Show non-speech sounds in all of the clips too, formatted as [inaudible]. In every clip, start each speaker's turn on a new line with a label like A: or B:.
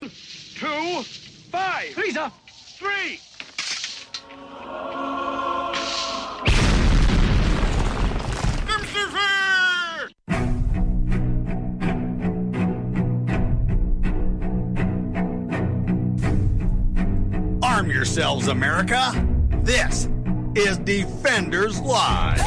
A: two, five. Lisa, three.
B: Arm yourselves, America. This is Defenders Live.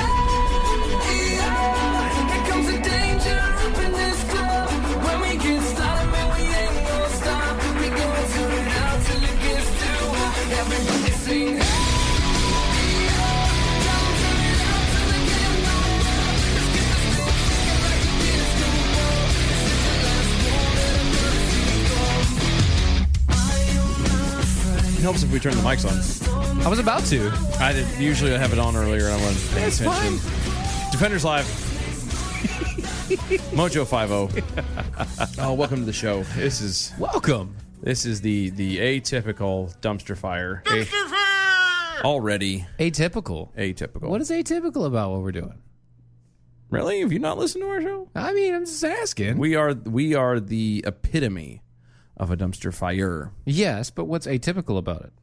C: It helps if we turn the mics on.
D: I was about to.
C: I did, usually I have it on earlier and I wasn't paying
D: It's
C: attention. Defenders Live. Mojo Five O. [laughs] Oh, welcome to the show. This is
D: Welcome.
C: this is the the atypical dumpster fire. A- already
D: Atypical.
C: atypical.
D: What is atypical about what we're doing?
C: really? Have you not listened to our show?
D: I mean, I'm just asking.
C: We are we are the epitome of a dumpster fire.
D: yes, but what's atypical about it?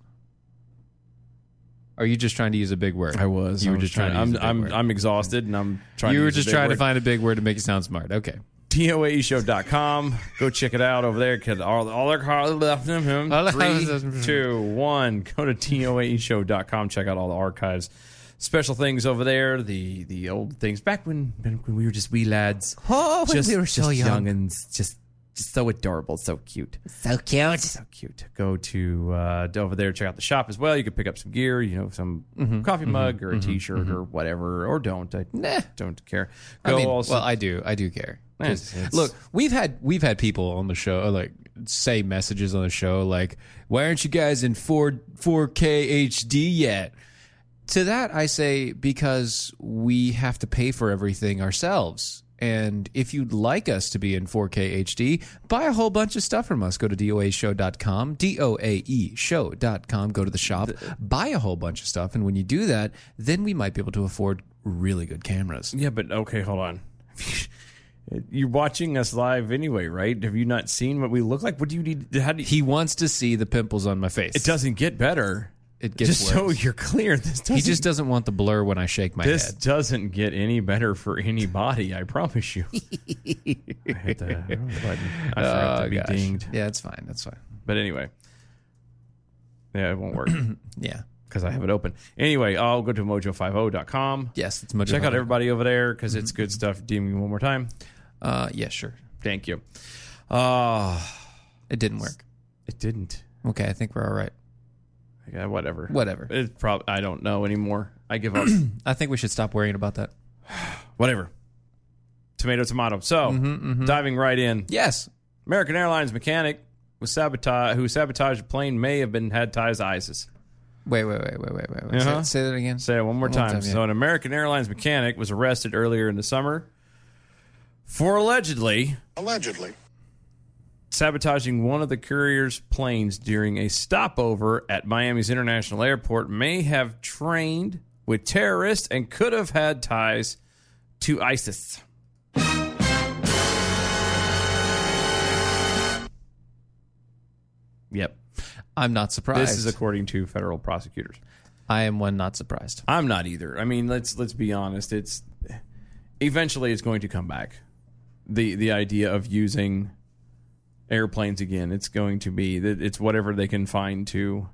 D: Are you just trying to use a big word?
C: I was.
D: You
C: I
D: were
C: was
D: just trying,
C: I'm
D: to use a big
C: I'm
D: word.
C: I'm exhausted and I'm trying.
D: you
C: to
D: were
C: use a
D: just
C: big
D: trying
C: word.
D: to find a big word to make you sound smart. Okay.
C: E TOAEshow.com. Go check it out over there. Get all, all their car left him. him.
D: All the-
C: Three, two, one. Go to E TOAEshow.com. Check out all the archives. Special things over there. The the old things back when when we were just wee lads.
D: Oh, when we were so young.
C: and just just so adorable, so cute,
D: So cute.
C: so cute. Go to uh, over there. Check out the shop as well. You can pick up some gear. You know, some
D: Mm-hmm.
C: coffee mug or a shirt or whatever, or don't. I
D: Nah.
C: don't care.
D: I
C: Go
D: mean,
C: also.
D: well, I do. I do care.
C: Man,
D: Just-
C: it's-
D: look, we've had we've had people on the show like say messages on the show like, "Why aren't you guys in four four K HD yet?" To that, I say because we have to pay for everything ourselves. And if you'd like us to be in 4K HD, buy a whole bunch of stuff from us. Go to doashow.com, doae show.com, go to the shop, buy a whole bunch of stuff. And when you do that, then we might be able to afford really good cameras.
C: Yeah, but okay, hold on. [laughs] You're watching us live anyway, right? Have you not seen what we look like? What do you need? How do you,
D: He wants to see the pimples on my face.
C: it doesn't get better.
D: It gets
C: just so
D: worse.
C: you're clear. This doesn't.
D: He just doesn't want the blur when I shake my
C: this
D: head.
C: doesn't get any better for anybody. I promise
D: [laughs]
C: you. I hit the wrong button. I forgot to
D: Oh,
C: be
D: gosh.
C: dinged.
D: Yeah, it's fine. That's fine.
C: But anyway, yeah, it won't
D: [clears throat]
C: work
D: Yeah.
C: because I have it open. Anyway, I'll go to mojo50.com.
D: Yes, it's much.
C: Check out everybody over there because it's
D: [clears throat]
C: good stuff. DM me one more time.
D: Uh, yeah, sure.
C: Thank you. Uh,
D: It didn't work.
C: it didn't.
D: Okay, I think we're all right.
C: Yeah, uh, whatever.
D: Whatever.
C: It's probably I don't know anymore. I give [clears throat] up.
D: I think we should stop worrying about that.
C: whatever. Tomato, tomato. So diving right in.
D: Yes.
C: American Airlines mechanic was sabotage who sabotaged a plane may have been had ties to ISIS.
D: Wait, wait, wait, wait, wait, wait. wait.
C: Uh-huh.
D: Say, say that again.
C: Say it one more time.
D: time, yeah.
C: So an American Airlines mechanic was arrested earlier in the summer for allegedly
E: Allegedly.
C: sabotaging one of the courier's planes during a stopover at Miami's International Airport may have trained with terrorists and could have had ties to ISIS. Yep.
D: I'm not surprised.
C: This is according to federal prosecutors.
D: I am one not surprised.
C: I'm not either. I mean, let's let's be honest. It's eventually it's going to come back. The the idea of using airplanes again, it's going to be that it's whatever they can find to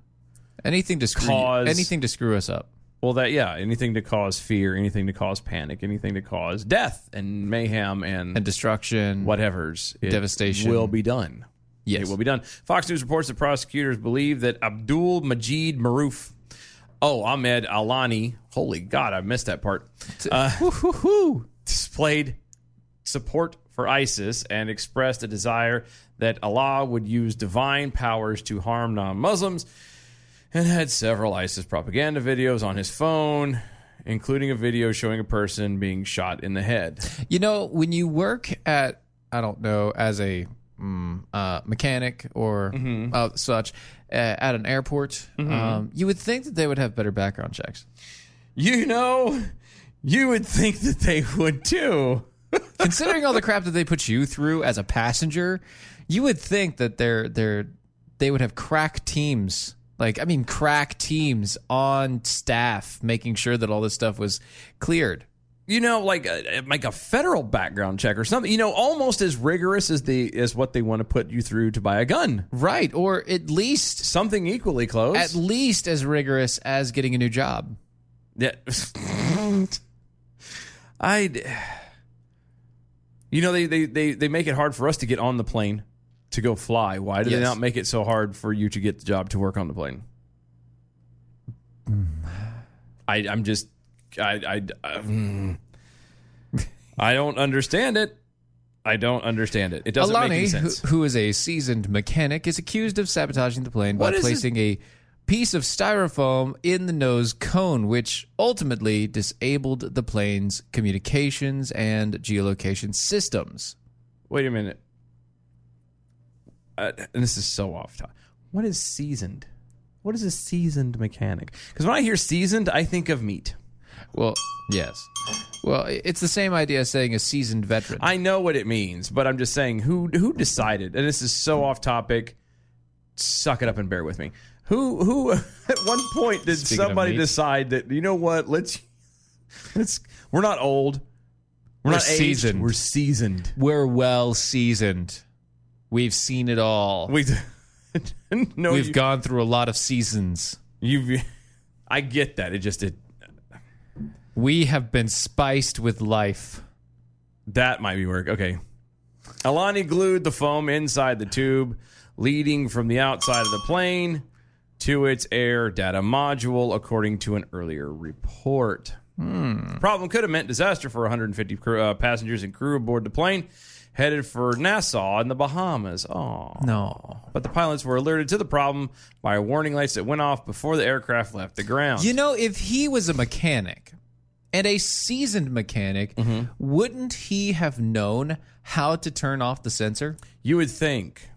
D: Anything to screw
C: Cause-
D: anything to screw us up.
C: well that yeah, anything to cause fear, anything to cause panic, anything to cause death and mayhem and,
D: And destruction.
C: whatever's it
D: Devastation.
C: will be done.
D: Yes.
C: It will be done. Fox News reports that prosecutors believe that Abdul Majid Maruf, oh, Ahmed Alani, holy God, I missed that part, uh, displayed support for ISIS and expressed a desire that Allah would use divine powers to harm non Muslims and had several ISIS propaganda videos on his phone. Including a video showing a person being shot in the head.
D: You know, when you work at, I don't know, as a mm, uh, mechanic or uh, such uh, at an airport, um, you would think that they would have better background checks.
C: You know, you would think that they would too.
D: Considering all the crap that they put you through as a passenger, you would think that they're they're they would have crack teams. Like I mean, crack teams on staff making sure that all this stuff was cleared.
C: you know, like a, like a federal background check or something. You know, almost as rigorous as the as what they want to put you through to buy a gun.
D: Right, or at least
C: Something equally close.
D: at least as rigorous as getting a new job.
C: yeah. I. You know they, they they they make it hard for us to get on the plane to go fly. Why do they
D: Yes.
C: not make it so hard for you to get the job to work on the plane? I I'm just I I I, mm. I don't understand it. I don't understand it. It doesn't make any
D: Alani, who,
C: sense.
D: who is a seasoned mechanic, is accused of sabotaging the plane
C: What
D: by
C: is this-
D: placing a piece of styrofoam in the nose cone, which ultimately disabled the plane's communications and geolocation systems.
C: Wait a minute. Uh, and this is so off topic. What is seasoned? What is a seasoned mechanic? Because when I hear seasoned, I think of meat.
D: Well, yes. Well, i- it's the same idea as saying a seasoned veteran.
C: I know what it means, but I'm just saying who who decided? And this is so off topic. Suck it up and bear with me. Who who [laughs] at one point did
D: Speaking of
C: somebody
D: meat.
C: decide that you know what? Let's let's we're not old. We're,
D: We're
C: not aged,
D: seasoned.
C: We're seasoned. [laughs]
D: We're well seasoned. We've seen it all.
C: We [laughs] no,
D: We've
C: you-
D: gone through a lot of seasons.
C: you've. I get that. It just it
D: We have been spiced with life.
C: That might be work. Okay. Alani glued the foam inside the tube, leading from the outside of the plane to its air data module, according to an earlier report.
D: Hmm.
C: The problem could have meant disaster for 150 crew, uh, passengers and crew aboard the plane headed for Nassau in the Bahamas. Oh.
D: No.
C: But the pilots were alerted to the problem by warning lights that went off before the aircraft left the ground.
D: You know, if he was a mechanic and a seasoned mechanic,
C: Mm-hmm.
D: wouldn't he have known how to turn off the sensor?
C: you would think.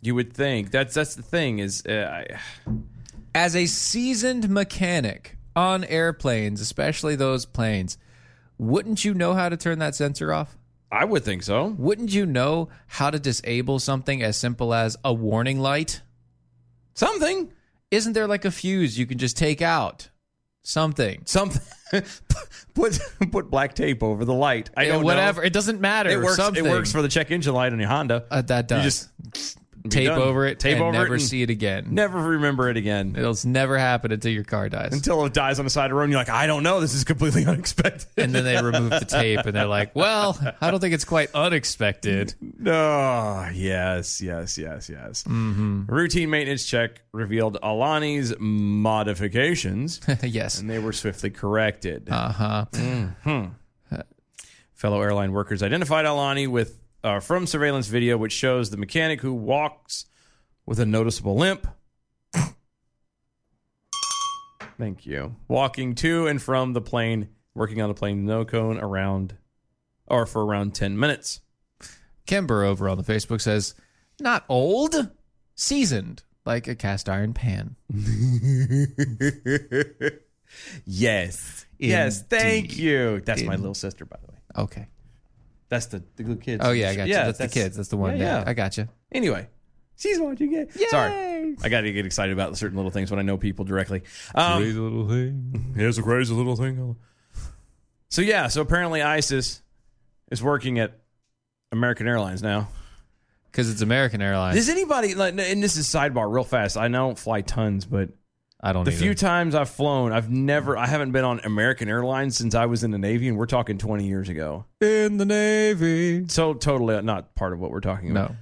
C: You would think. That's that's the thing is uh, I
D: As a seasoned mechanic on airplanes, especially those planes, wouldn't you know how to turn that sensor off?
C: I would think so.
D: Wouldn't you know how to disable something as simple as a warning light?
C: Something.
D: Isn't there like a fuse you can just take out? Something.
C: Something. [laughs] put put black tape over the light. I don't know.
D: whatever. It doesn't matter.
C: It works.
D: Something.
C: It works for the check engine light on your Honda.
D: Uh, that
C: You
D: does.
C: just
D: tape
C: done.
D: over it.
C: Tape
D: and
C: over it
D: Never
C: and-
D: see it again.
C: never remember it again
D: It'll never happen until your car dies.
C: until it dies on the side of the road. And you're like, I don't know. This is completely [laughs] unexpected.
D: [laughs] and then they remove the tape and they're like, well, I don't think it's quite unexpected. [laughs]
C: Oh, yes, yes, yes, yes.
D: Mm-hmm.
C: Routine maintenance check revealed Alani's
D: [laughs]
C: modifications.
D: yes.
C: and they were swiftly corrected.
D: Uh huh.
C: Fellow airline workers identified Alani with uh, from surveillance video, which shows the mechanic who walks with a noticeable limp. Thank you. Walking to and from the plane, working on the plane no cone
D: [laughs]
C: around, or for around ten minutes.
D: Kimber over on the Facebook says, not old, seasoned like a cast iron pan.
C: Yes. Yes. Thank
D: Indeed.
C: you. That's my little sister, by the way.
D: Okay.
C: That's the, the little kids.
D: Oh yeah, I got you. That's, the kids. That's the one.
C: Yeah.
D: that- I got you.
C: Anyway, she's what you get. Sorry. I got to get excited about certain little things when I know people directly. Um,
D: little thing.
C: Here's a crazy little thing. So yeah, so apparently ISIS is working at American Airlines now.
D: Because it's American Airlines.
C: Does anybody like? And this is sidebar, real fast. I know I don't fly tons, but
D: I don't.
C: the
D: either.
C: few times I've flown, I've never, I haven't been on American Airlines since I was in the Navy, and we're talking 20 years ago.
D: in the Navy.
C: So totally not part of what we're talking about.
D: No.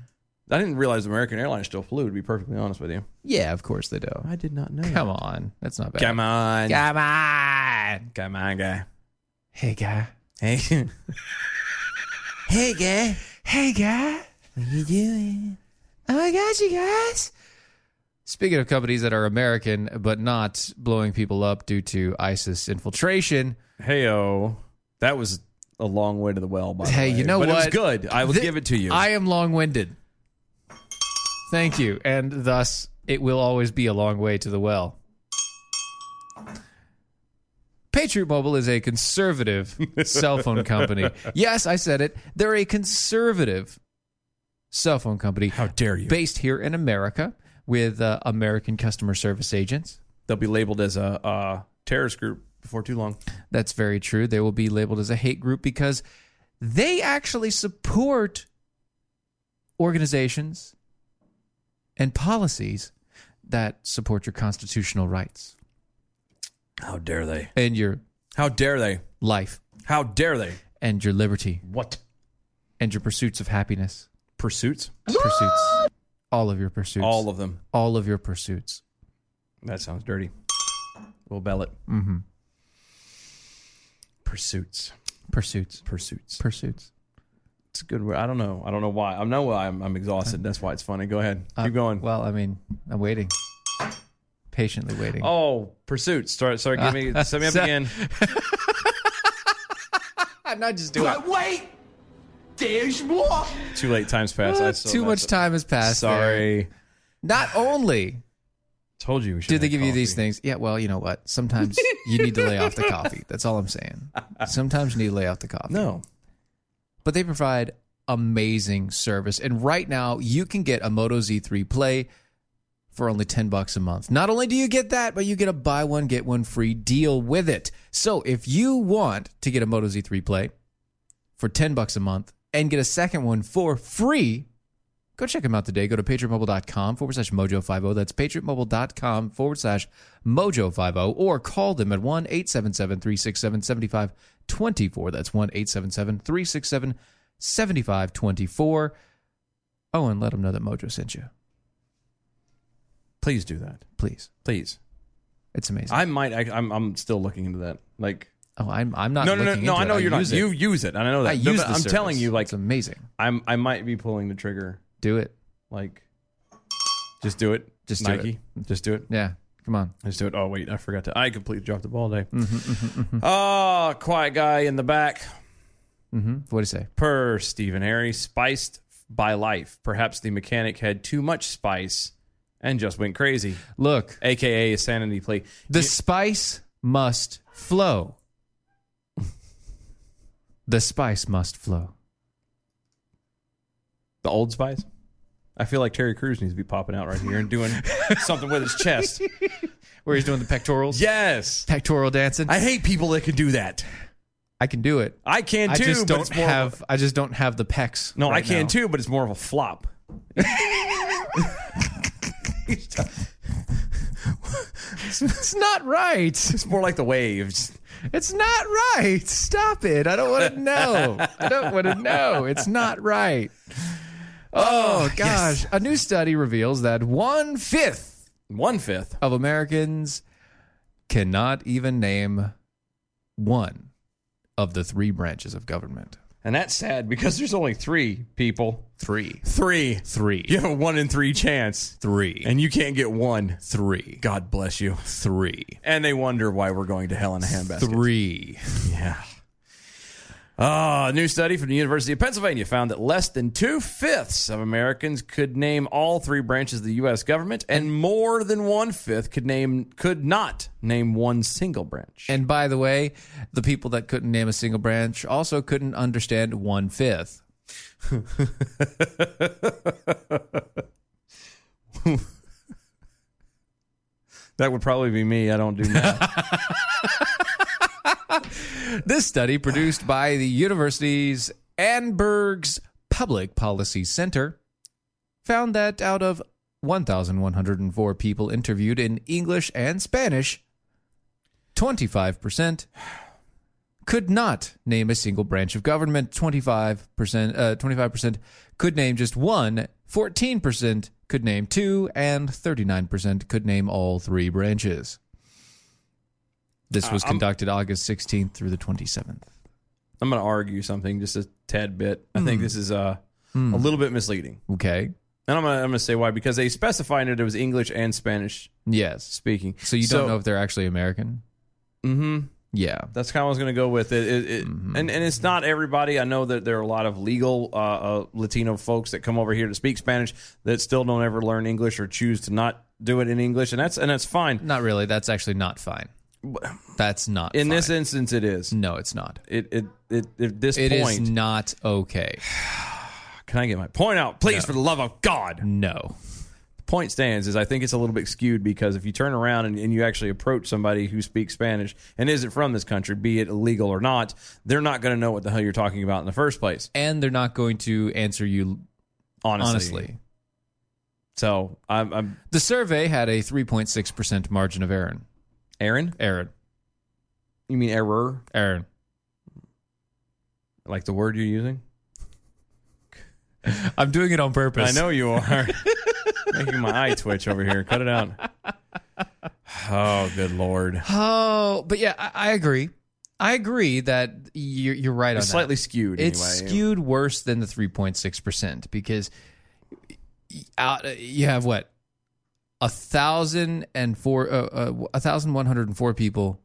C: I didn't realize American Airlines still flew. To be perfectly honest with you,
D: Yeah, of course they do.
C: I did not know.
D: Come on, that's not bad.
C: Come on,
D: Come on.
C: come on, guy.
D: Hey guy.
C: Hey, hey, guy.
D: Hey guy.
C: What you doing?
D: Oh my God, you guys. Speaking of companies that are American but not blowing people up due to ISIS infiltration,
C: Heyo, that was a long way to the well. By the
D: Hey,
C: way.
D: you know
C: but
D: what?
C: It was good. I will
D: Thi-
C: give it to you.
D: I am long winded. Thank you. And thus, it will always be a long way to the well. Patriot Mobile is
C: [laughs]
D: a conservative cell phone company. Yes, I said it. They're a conservative cell phone company. How
C: dare you.
D: Based here in America with uh, American customer service agents.
C: They'll be labeled as a uh, terrorist group before too long.
D: That's very true. They will be labeled as a hate group because they actually support organizations and policies that support your constitutional rights
C: How dare they?
D: and your
C: How dare they?
D: life
C: How dare they?
D: and your liberty
C: What
D: and your pursuits of happiness.
C: pursuits?
D: Pursuits. All of your pursuits.
C: All of them.
D: all of your pursuits.
C: That sounds dirty. We'll bell it.
D: Mm-hmm.
C: Pursuits.
D: Pursuits.
C: Pursuits.
D: Pursuits.
C: It's a good word. I don't know. I don't know why. I know why I'm, I'm exhausted. That's why it's funny. Go ahead.
D: Uh,
C: Keep going.
D: Well, I mean, I'm waiting. Patiently waiting.
C: oh, pursuits. Sorry, sorry. Give
D: Uh,
C: me. Set me up again.
D: I'm not just doing
A: Wait! There's more!
C: Too late. Time's passed. I saw
D: Uh, Too
C: that.
D: much time has passed. there.
C: Sorry.
D: Not only
C: Told you. We should
D: did they
C: have
D: give you these
C: coffee.
D: things, yeah, well, you know what?
C: [laughs]
D: Sometimes you need to lay off the coffee. That's all I'm saying. Sometimes you need to lay off the coffee.
C: No.
D: But they provide amazing service. And right now, you can get a Moto Z3 Play for only 10 bucks a month. Not only do you get that, but you get a buy one, get one free deal with it. So if you want to get a Moto Z3 Play for 10 bucks a month and get a second one for free, go check them out today. Go to patriotmobile.com forward slash mojo50. That's patriotmobile.com forward slash mojo50 or call them at 1 877 367 7524. That's 1 877 367 7524. Oh, and let them know that Mojo sent you.
C: Please do that.
D: Please.
C: Please.
D: It's amazing.
C: I might. I, I'm. I'm still looking into that. Like.
D: oh, I'm, I'm not
C: No, no, no,
D: looking
C: no.
D: into
C: I
D: it.
C: know you're not.
D: use it.
C: You use it, and I know that.
D: I
C: No,
D: use
C: but
D: the
C: I'm
D: service.
C: telling you, like,
D: It's amazing.
C: I'm. I might be pulling the trigger.
D: Do it.
C: Like, just do it.
D: Just do
C: Nike. Just do it.
D: Yeah. Come on.
C: Just do it. Oh wait, I forgot to. I completely dropped the ball today.
D: Mm-hmm,
C: Oh, quiet guy in the back.
D: hmm What do you say?
C: Per Stephen Harry, spiced by life. Perhaps the mechanic had too much spice and just went crazy,
D: Look,
C: aka a sanity plea.
D: The spice must flow. [laughs] The spice must flow.
C: The old spice. I feel like Terry Crews needs to be popping out right here and
D: [laughs]
C: doing something with his chest.
D: Where he's doing the pectorals?
C: Yes.
D: Pectoral dancing. I,
C: I hate people that can do that.
D: can do it.
C: I can
D: I
C: too.
D: just
C: but
D: don't
C: it's more of
D: have
C: a-
D: I just don't have the pecs.
C: no, I
D: right
C: can
D: now.
C: too, but it's more of a flop.
D: [laughs] It's not right.
C: It's more like the waves.
D: It's not right. Stop it. I don't want to know. I don't want to know. It's
C: [laughs]
D: not right. Oh, gosh. A new study reveals that one fifth
C: One fifth.
D: of Americans cannot even name one of the three branches of government.
C: And that's sad because there's only three people.
D: Three.
C: Three.
D: Three.
C: You have a one in three chance,
D: Three.
C: and you can't get one.
D: three.
C: God bless you.
D: Three.
C: And they wonder why we're going to hell in a handbasket.
D: Three.
C: Yeah. Uh, a new study from the University of Pennsylvania found that less than two fifths of Americans could name all three branches of the U.S. government, and more than one fifth could name could not name one single branch.
D: And by the way, the people that couldn't name a single branch also couldn't understand one fifth.
C: that would probably be me. I don't
D: [laughs]
C: do math.
D: This study, produced by the university's Anberg's Public Policy Center, found that out of 1,104 people interviewed in English and Spanish, 25% could not name a single branch of government, 25%, uh, 25% could name just one, 14% could name two, and 39% could name all three branches. This was conducted August 16th through the 27th.
C: I'm going to argue something just a tad bit. I
D: Hmm.
C: think this is uh, a little bit misleading,
D: Okay.
C: and I'm going to I'm going to say why because they specified that it was English and Spanish
D: Yes.
C: speaking.
D: So you don't know if they're actually American?
C: Mm-hmm.
D: Yeah.
C: That's kind of what I was going to go with it. it, it
D: Mm-hmm.
C: And and it's not everybody. I know that there are a lot of legal uh, uh, Latino folks that come over here to speak Spanish that still don't ever learn English or choose to not do it in English, and that's and that's fine.
D: Not really. That's actually not fine. That's not
C: In
D: fine.
C: this instance, it is.
D: No, it's not.
C: It it it at this
D: It is
C: point.
D: not okay.
C: can I get my point out, please, for the love of God?
D: No.
C: point stands is I think it's a little bit skewed because if you turn around and, and you actually approach somebody who speaks Spanish and isn't from this country, be it illegal or not, they're not going to know what the hell you're talking about in the first place.
D: And they're not going to answer you
C: Honestly,
D: honestly.
C: So I'm, I'm
D: The survey had a 3.6% margin of error.
C: Aaron.
D: Error.
C: You mean error,
D: Error.
C: like the word you're using?
D: I'm doing it on purpose.
C: I know you [laughs] are. Making my eye twitch over here. Cut it out. Oh, good lord.
D: Oh, but yeah, I, I agree. I agree that you're, you're right
C: It's
D: on that.
C: slightly skewed.
D: It's
C: anyway.
D: skewed worse than the 3.6% because y- out, you have what? A thousand and four, uh, uh, a thousand one hundred and four people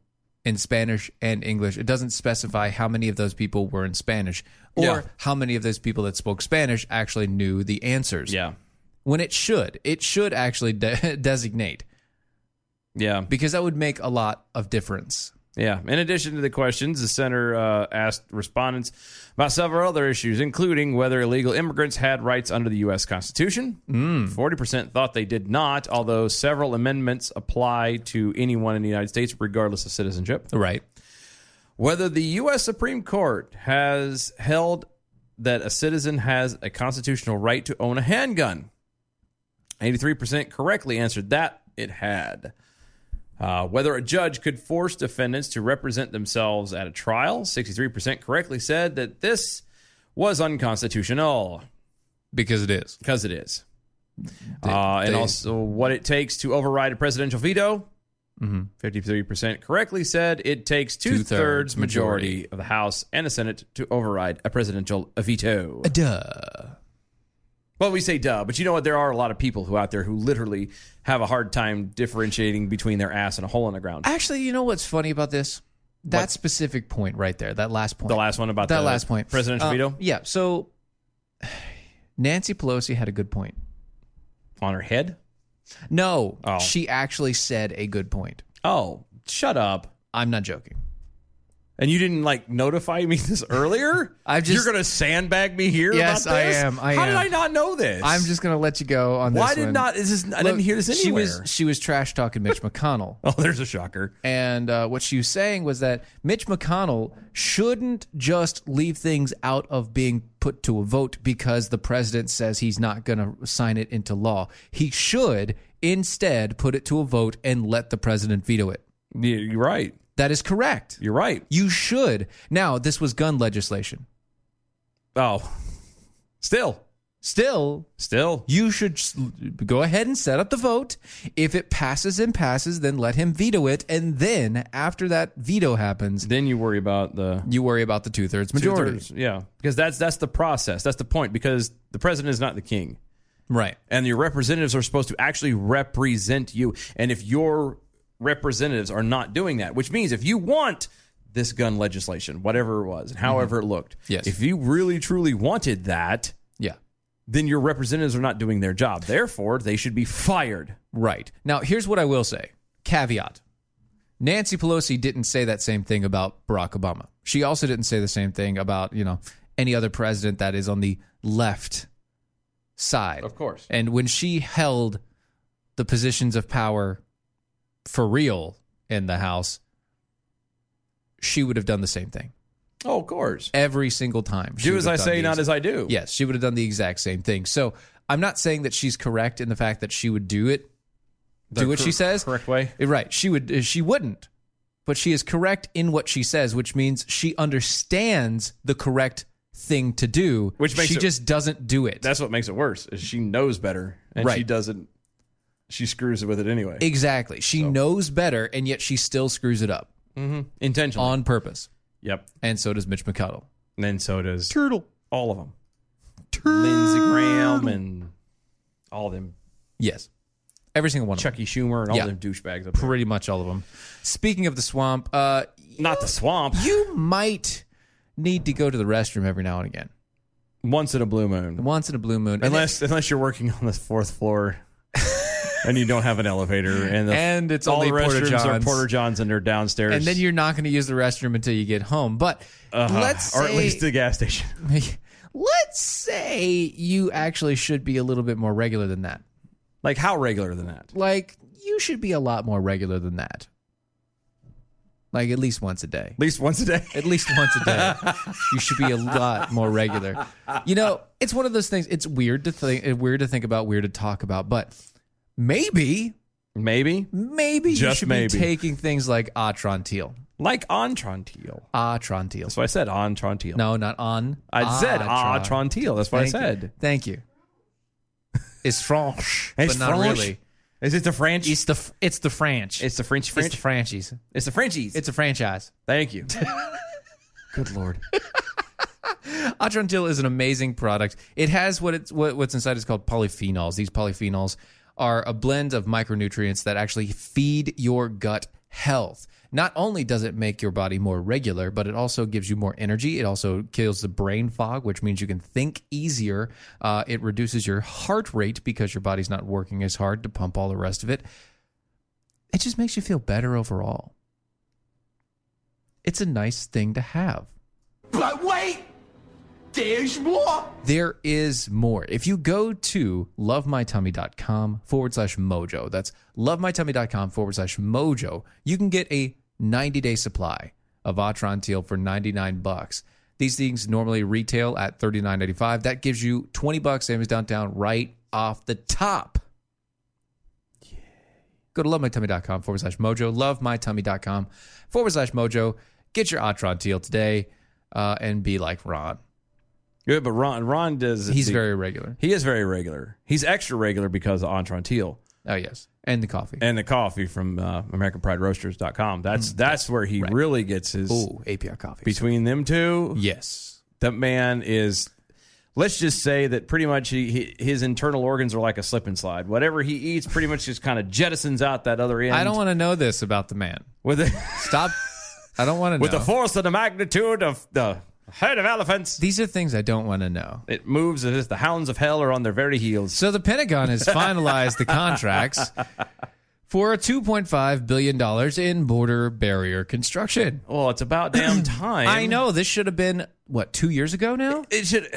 D: in Spanish and English. It doesn't specify how many of those people were in Spanish or
C: Yeah.
D: how many of those people that spoke Spanish actually knew the answers.
C: Yeah.
D: When it should, it should actually de- [laughs] designate
C: Yeah.
D: because that would make a lot of difference.
C: Yeah. In addition to the questions, the center uh, asked respondents about several other issues, including whether illegal immigrants had rights under the U.S. Constitution. Forty percent thought they did not, although several amendments apply to anyone in the United States, regardless of citizenship.
D: Right.
C: Whether the U.S. Supreme Court has held that a citizen has a constitutional right to own a handgun. 83% correctly answered that it had. Uh, whether a judge could force defendants to represent themselves at a trial, 63% correctly said that this was unconstitutional
D: Because it is.
C: because it is. uh, and
D: they-
C: also what it takes to override a presidential veto. 53% correctly said it takes two
D: Mm-hmm. Two-thirds
C: thirds majority,
D: majority.
C: of the House and the Senate to override a presidential veto.
D: Uh, Duh.
C: Well, we say duh, but you know what? There are a lot of people who out there who literally have a hard time differentiating between their ass and a hole in the ground.
D: Actually, you know what's funny about this? That specific point right there, that last point.
C: The last one about
D: that
C: the
D: last point.
C: presidential
D: Uh,
C: veto
D: Yeah. So Nancy Pelosi had a good point.
C: on her head.
D: No,
C: Oh.
D: she actually said a good point.
C: Oh, shut up.
D: I'm not joking.
C: And you didn't like notify me [laughs] this earlier?
D: I've just-
C: You're gonna sandbag me here?
D: Yes,
C: about this?
D: I am. I
C: How did
D: am.
C: I not know this?
D: I'm just gonna let you go on this.
C: Why did
D: one.
C: not? Is this, I
D: Look,
C: didn't hear this anywhere.
D: She was she was trash
C: [laughs]
D: talking Mitch McConnell,
C: oh, there's a shocker.
D: and uh, what she was saying was that Mitch McConnell shouldn't just leave things out of being put to a vote because the president says he's not going to sign it into law. He should instead put it to a vote and let the president veto it.
C: Yeah, You're right.
D: That is correct.
C: You're right.
D: You should. Now, this was gun legislation.
C: Oh, still,
D: Still,
C: still.
D: you should s- go ahead and set up the vote. If it passes and passes, then let him veto it. And then after that veto happens,
C: Then you worry about the
D: you worry about the two thirds majority.
C: majority. Yeah, because that's that's the process. That's the point. Because the president is not the king,
D: Right.
C: and your representatives are supposed to actually represent you. And if your representatives are not doing that, which means if you want this gun legislation, whatever it was, and however it looked.
D: Yes.
C: If you really truly wanted that,
D: Yeah.
C: then your representatives are not doing their job. Therefore, they should be fired.
D: Right. Now, here's what I will say caveat Nancy Pelosi didn't say that same thing about Barack Obama. She also didn't say the same thing about, you know, any other president that is on the left side.
C: Of course.
D: And when she held the positions of power for real in the House, she would have done the same thing
C: Oh, of course.
D: every single time. She
C: Do
D: would
C: as
D: have
C: I
D: done
C: say,
D: the
C: not
D: exact-
C: as I do.
D: Yes, she would have done the exact same thing. So I'm not saying that she's correct in the fact that she would do it,
C: The
D: do what
C: cor-
D: she says.
C: correct way.
D: Right. She would. uh, She wouldn't. But she is correct in what she says, which means she understands the correct thing to do.
C: Which makes
D: she
C: it-
D: just doesn't do it.
C: That's what makes it worse. Is she knows better and she
D: Right.
C: doesn't. She screws with it anyway,
D: exactly. She knows better, and yet she still screws it up
C: intentionally.
D: on purpose.
C: yep.
D: And so does Mitch McConnell.
C: And then so does Turtle. All of them. Lindsey Graham and all of them.
D: Yes, every single one. of them.
C: Chucky Schumer and all
D: Yeah.
C: them douchebags. Up there.
D: Pretty much all of them. Speaking of the swamp, uh,
C: Not the swamp.
D: you might need to go to the restroom every now and again,
C: Once in a blue moon.
D: once in a blue moon, And
C: unless unless you're working on the fourth
D: [laughs]
C: floor and you don't have an elevator and the,
D: And it's
C: all
D: only
C: the
D: Porta
C: restrooms are
D: Johns.
C: Porter Johns and they're downstairs
D: and then you're not going to use the restroom until you get home. But
C: Uh,
D: let's
C: or at
D: say-
C: least the gas station [laughs]
D: [laughs] let's say you actually should be a little bit more regular than that.
C: like how regular than that
D: Like you should be a lot more regular than that. Like at least once a day.
C: at least once a day
D: At least once a day. you should be a lot more regular. You know, it's one of those things. It's weird to think weird to think about, weird to talk about, but maybe
C: maybe
D: maybe you
C: Just
D: should
C: maybe.
D: be taking things like Atrantil.
C: like on Trontiel that's
D: Atrantil.
C: why I said on Trontiel
D: No, not on.
C: I said on
D: Atrantil.
C: Trontiel that's what I
D: Thank
C: said
D: You. Thank you. It's French,
C: It's
D: but not
C: French.
D: really.
C: is it the French
D: It's the f- it's the French.
C: it's the French
D: It's
C: French
D: the Frenchies.
C: it's the Frenchies
D: It's a franchise.
C: thank
D: [laughs]
C: you good lord
D: Atrantil is an amazing product. It has what it's what, what's inside is called polyphenols. These polyphenols are a blend of micronutrients that actually feed your gut health. Not only does it make your body more regular, but it also gives you more energy. It also kills the brain fog, which means you can think easier. Uh, it reduces your heart rate because your body's not working as hard to pump all the rest of it. It just makes you feel better overall. It's a nice thing to have.
A: But wait! There's more!
D: There is more. If you go to lovemytummy.com forward slash mojo, that's lovemytummy.com forward slash mojo, you can get a 90 day supply of Atrantil for 99 bucks. These things normally retail at $39.85. That gives you 20 bucks Amazon downtown right off the top. Go to lovemytummy.com forward slash mojo, lovemytummy.com forward slash mojo. Get your Atrantil today uh, and be like Ron.
C: good but Ron Ron does
D: He's
C: the-
D: very regular.
C: He is very regular. He's extra regular because of Entrantil
D: Oh yes, and the coffee.
C: and the coffee from uh, AmericanPrideRoasters.com. That's
D: Mm,
C: that's where he really gets his.
D: oh, APR coffee.
C: Between them two,
D: yes,
C: that man is. Let's just say that pretty much he, he, his internal organs are like a slip and slide. Whatever he eats, pretty much just kind of jettisons out that other end.
D: I don't want to know this about the man.
C: with the,
D: [laughs] Stop. I don't [laughs] want to know.
C: with the force and the magnitude of the head of elephants.
D: These are things I don't want to know.
C: It moves as if the hounds of hell are on their very heels.
D: So the Pentagon has finalized the [laughs] contracts for 2.5 billion dollars in border barrier construction.
C: Well, it's about
D: [clears throat]
C: damn time.
D: I know this should have been what two years ago now.
C: it should [sighs]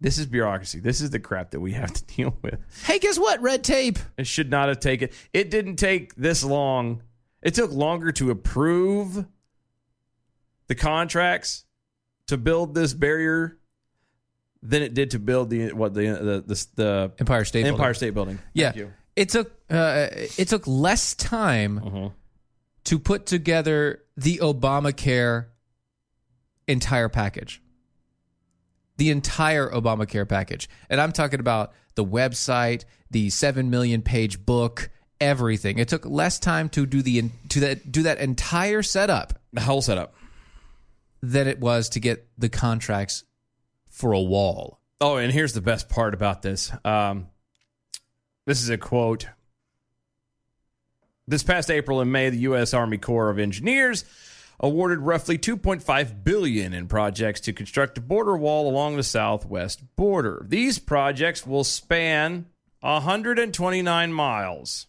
C: this is bureaucracy this is the crap that we have to [laughs] deal with
D: [laughs] Hey, guess what? Red tape.
C: it should not have taken it didn't take this long it took longer to approve the contracts to build this barrier than it did to build the what the the the, the
D: Empire State. Building.
C: empire state building
D: Yeah.
C: Thank you.
D: It took uh, it took less time to put together the Obamacare entire package. The entire Obamacare package. And I'm talking about the website, the 7 million page book, everything. It took less time to do the to that do that entire setup
C: the whole setup
D: than it was to get the contracts for a wall.
C: Oh, and here's the best part about this. Um, this is a quote This past April and May, the U.S. Army Corps of Engineers awarded roughly 2.5 billion in projects to construct a border wall along the southwest border. These projects will span 129 miles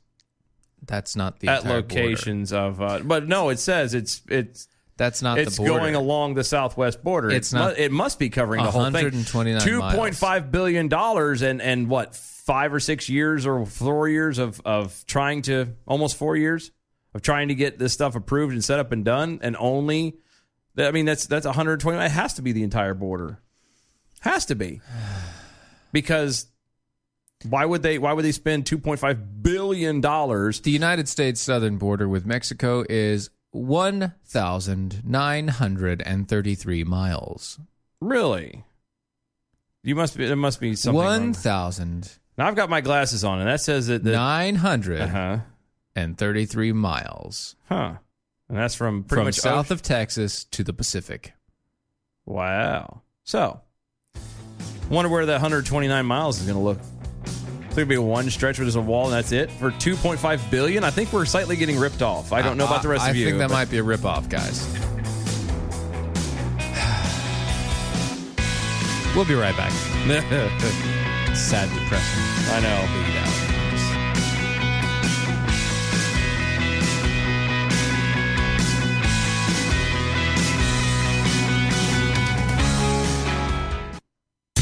D: That's not the
C: at
D: entire border.
C: locations of. Uh, but no, it says it's it's
D: That's not
C: it's
D: the border.
C: going along the southwest border.
D: It's
C: mu-
D: not-
C: it must be covering the whole thing.
D: 129
C: Two
D: miles.
C: point five billion dollars and and what five or six years or four years of of trying to almost four years of trying to get this stuff approved and set up and done and only. I mean that's that's 120. It has to be the entire border. Has to be [sighs] because why would they why would they spend 2.5 billion dollars
D: The United States southern border with Mexico is 1,933 miles.
C: Really? You must be. There must be something. wrong.
D: 1,933
C: Now I've got my glasses on, and that says that. that huh.
D: miles
C: Huh. And that's from pretty
D: from
C: much
D: south
C: ocean-
D: of Texas to the Pacific.
C: Wow. So, wonder where that 129 miles is going to look. It's going to be one stretch where there's a wall, and that's it for 2.5 billion. I think we're slightly getting ripped off. I don't know about the rest
D: I,
C: of you.
D: I think that
C: but-
D: might be a ripoff, guys. we'll
C: [laughs]
D: be right back. Sad depression.
C: I know.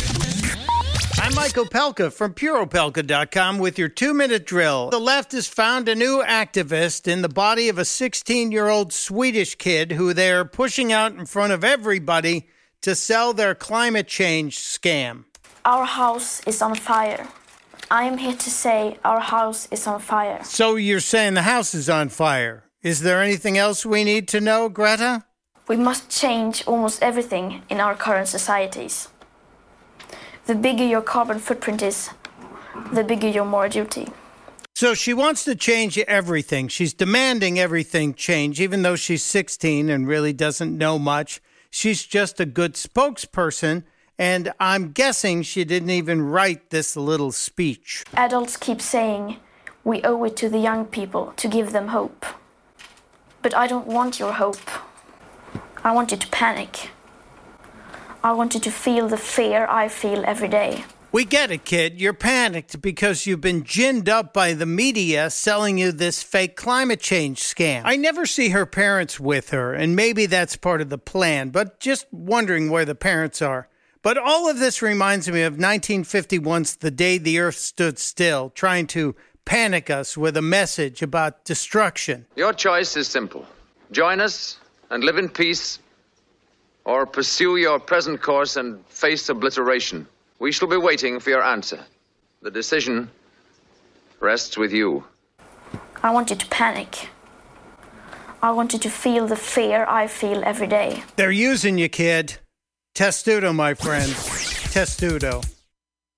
E: I'm Mike Opelka from PureOpelka.com with your two minute drill. The left has found a new activist in the body of a 16 year old Swedish kid who they're pushing out in front of everybody to sell their climate change scam.
F: Our house is on fire. I am here to say our house is on fire.
E: So you're saying the house is on fire. Is there anything else we need to know, Greta?
F: We must change almost everything in our current societies. The bigger your carbon footprint is, the bigger your moral duty.
E: So she wants to change everything. She's demanding everything change, even though she's 16 and really doesn't know much. She's just a good spokesperson, and I'm guessing she didn't even write this little speech.
F: Adults keep saying we owe it to the young people to give them hope. But I don't want your hope. I want you to panic. I want you to feel the fear I feel every day.
E: We get it, kid. You're panicked because you've been ginned up by the media selling you this fake climate change scam. I never see her parents with her, and maybe that's part of the plan, but just wondering where the parents are. But all of this reminds me of 1951's The Day the Earth Stood Still, trying to panic us with a message about destruction.
G: Your choice is simple join us and live in peace, or pursue your present course and face obliteration. We shall be waiting for your answer. The decision rests with you.
F: I want you to panic. I want you to feel the fear I feel every day.
E: They're using you, kid. Testudo, my friend. Testudo.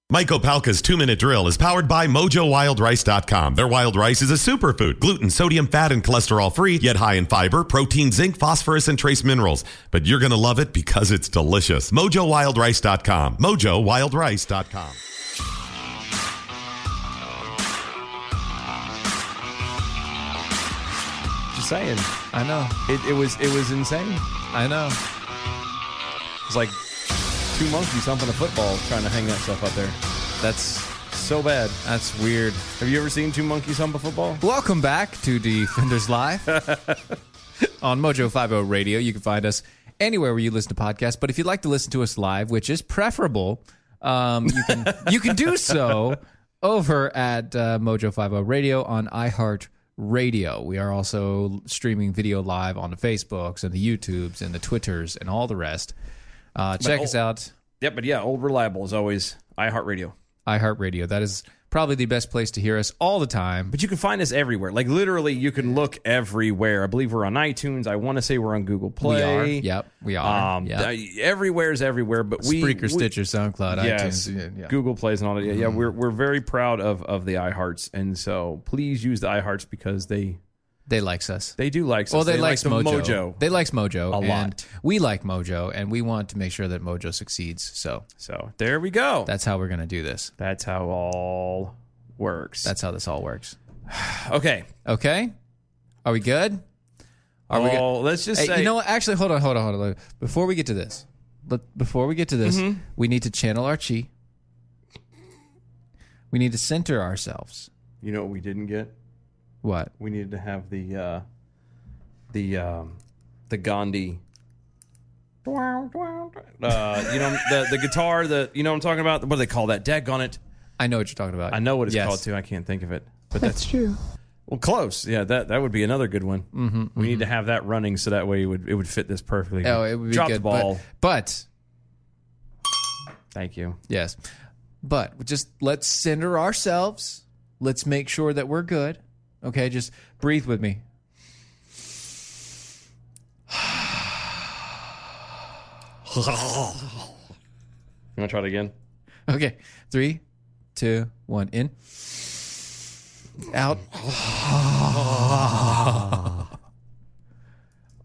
H: Mike Opalka's two minute drill is powered by MojoWildRice.com. Their wild rice is a superfood, gluten, sodium, fat, and cholesterol free, yet high in fiber, protein, zinc, phosphorus, and trace minerals. But you're going to love it because it's delicious. MojoWildRice.com. MojoWildRice.com.
C: Just saying.
D: I know.
C: It, it was it was insane.
D: I know.
C: It's like two monkeys humping a football trying to hang that stuff up there.
D: That's
C: So bad.
D: that's weird.
C: Have you ever seen two monkeys hump a football?
D: Welcome back to
C: [laughs]
D: Defenders Live on Mojo 50 Radio. You can find us anywhere where you listen to podcasts, but if you'd like to listen to us live, which is preferable, um, you can you can do so over at uh, Mojo 50 Radio on iHeart Radio. We are also streaming video live on the Facebooks and the YouTubes and the Twitters and all the rest. Uh, check us
C: oh-
D: out
C: Yep, but yeah, old reliable is always iHeartRadio.
D: iHeartRadio. That is probably the best place to hear us all the time.
C: But you can find us everywhere. Like literally, you can look everywhere. I believe we're on iTunes. I want to say we're on Google Play.
D: We are. Yep, we are.
C: Um,
D: Yep.
C: th- everywhere's everywhere. But we
D: Spreaker,
C: we-
D: Stitcher, SoundCloud,
C: yes,
D: iTunes. Yeah, Mm-hmm. yeah.
C: Google Plays and all that. Yeah, yeah. We're we're very proud of of the iHearts, and so please use the iHearts because they
D: They likes us.
C: they do like. us.
D: well, they,
C: like
D: likes
C: the
D: Mojo.
C: mojo.
D: They likes Mojo
C: A
D: and
C: lot.
D: We like Mojo, and we want to make sure that Mojo succeeds. So
C: so there we go.
D: that's how we're gonna do this.
C: That's how all works.
D: That's how this all works.
C: okay.
D: Okay. Are we good? Are we
C: Oh, let's just
D: Hey,
C: say
D: you know what? Actually, hold on, hold on, hold on. Before we get to this, but before we get to this,
C: Mm-hmm.
D: we need to channel our chi. We need to center ourselves.
C: You know what we didn't get?
D: What?
C: We needed to have the uh, the um, the Gandhi. Uh, you know the the guitar. The you know what I'm talking about. What do they call that? Dag on it.
D: I know what you're talking about.
C: I know what it's
D: Yes.
C: called too. I can't think of it. But that's true. Well, close. Yeah, that that would be another good one. Mm-hmm, we need to have that running so that way it would it would fit this perfectly.
D: Oh, it would be
C: Drop
D: good.
C: the ball.
D: But, but
C: Thank you.
D: yes, but just let's center ourselves. Let's make sure that we're good. Okay, just breathe with me.
C: You want to try it again?
D: Okay, three, two, one. In,
C: [laughs]
D: out.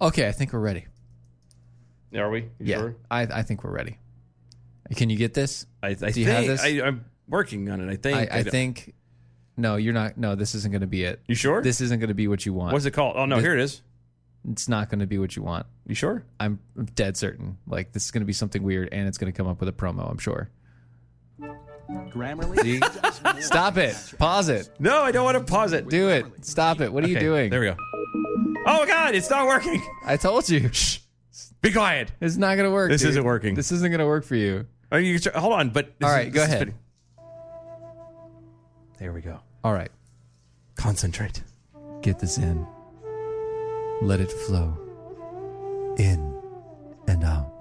D: okay, I think we're ready.
C: Are we? You
D: Yeah,
C: Sure?
D: I, I think we're ready. Can you get this?
C: I, I
D: Do you
C: think
D: have this?
C: I, I'm working on it. I think.
D: I, I
C: don't-
D: think. No, you're not. No, this isn't going to be it.
C: You sure?
D: This isn't going to be what you want.
C: What's it called? Oh no,
D: This-
C: here it is.
D: It's not going to be what you want.
C: You sure?
D: I'm dead certain. Like this is going to be something weird, and it's going to come up with a promo. I'm sure.
I: Grammarly.
D: Stop it. Pause it.
C: No, I don't want to pause it.
D: Do it. Stop it. What are you
C: Okay,
D: doing?
C: There we go. Oh God, it's not working.
D: I told you. [laughs]
C: Be quiet.
D: It's not going to work.
C: This
D: dude.
C: isn't working.
D: This isn't going to work for you.
C: Oh, you tr- hold on, but this
D: All
C: is-
D: right, go
C: this is
D: ahead.
C: fitting. There we go.
D: All right.
C: Concentrate.
D: Get this in. Let it flow. In and out.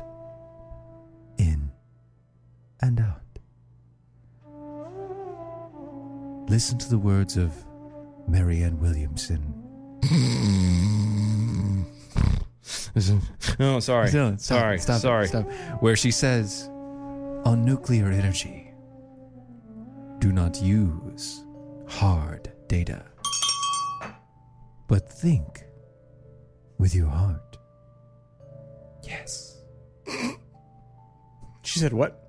D: In and out. Listen to the words of Mary Ann Williamson.
C: No, sorry.
D: No, stop,
C: sorry.
D: stop,
C: sorry.
D: stop. Where she says, on nuclear energy, do not use hard data, but think with your heart. Yes.
C: She said what?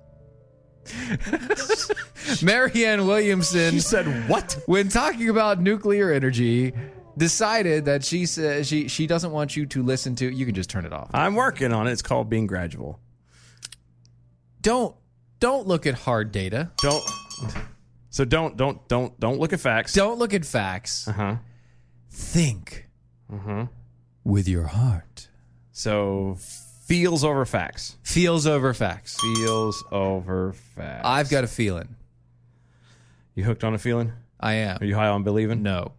D: Marianne Williamson,
C: She said what?
D: when talking about nuclear energy, decided that she says she she doesn't want you to listen to. You can just turn it off.
C: I'm working on it. It's called being gradual.
D: Don't don't look at hard data.
C: Don't. So don't don't don't don't look at facts.
D: Don't look
C: [laughs]
D: at facts.
C: Uh huh.
D: think Mm-hmm. with your heart.
C: So feels over facts.
D: Feels over facts.
C: Feels over facts.
D: I've got a feeling.
C: You hooked on a feeling?
D: I
C: Are
D: am.
C: you high on believing?
D: No.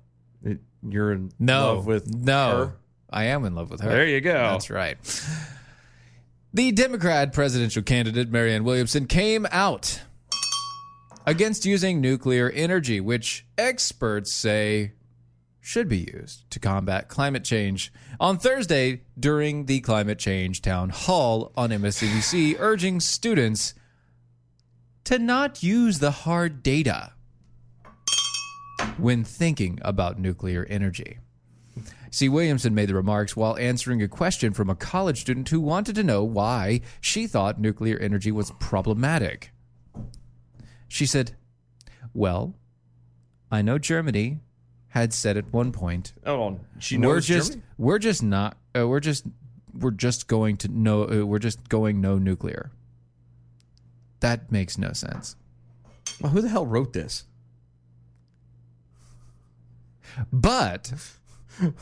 C: It- You're in
D: No.
C: love with
D: no.
C: her?
D: I am in love with her.
C: There you go.
D: That's right. The Democrat presidential candidate Marianne Williamson came out against using nuclear energy, which experts say should be used to combat climate change on Thursday during the climate change town hall on MSNBC, urging students to not use the hard data when thinking about nuclear energy. C. Williamson made the remarks while answering a question from a college student who wanted to know why she thought nuclear energy was problematic. She said, Well, I know Germany had said at one point
C: Hold on. Oh, She knows
D: we're just
C: Germany?
D: we're just not uh, we're just we're just going to no uh, we're just going no nuclear. That makes no sense.
C: Well, who the hell wrote this?
D: But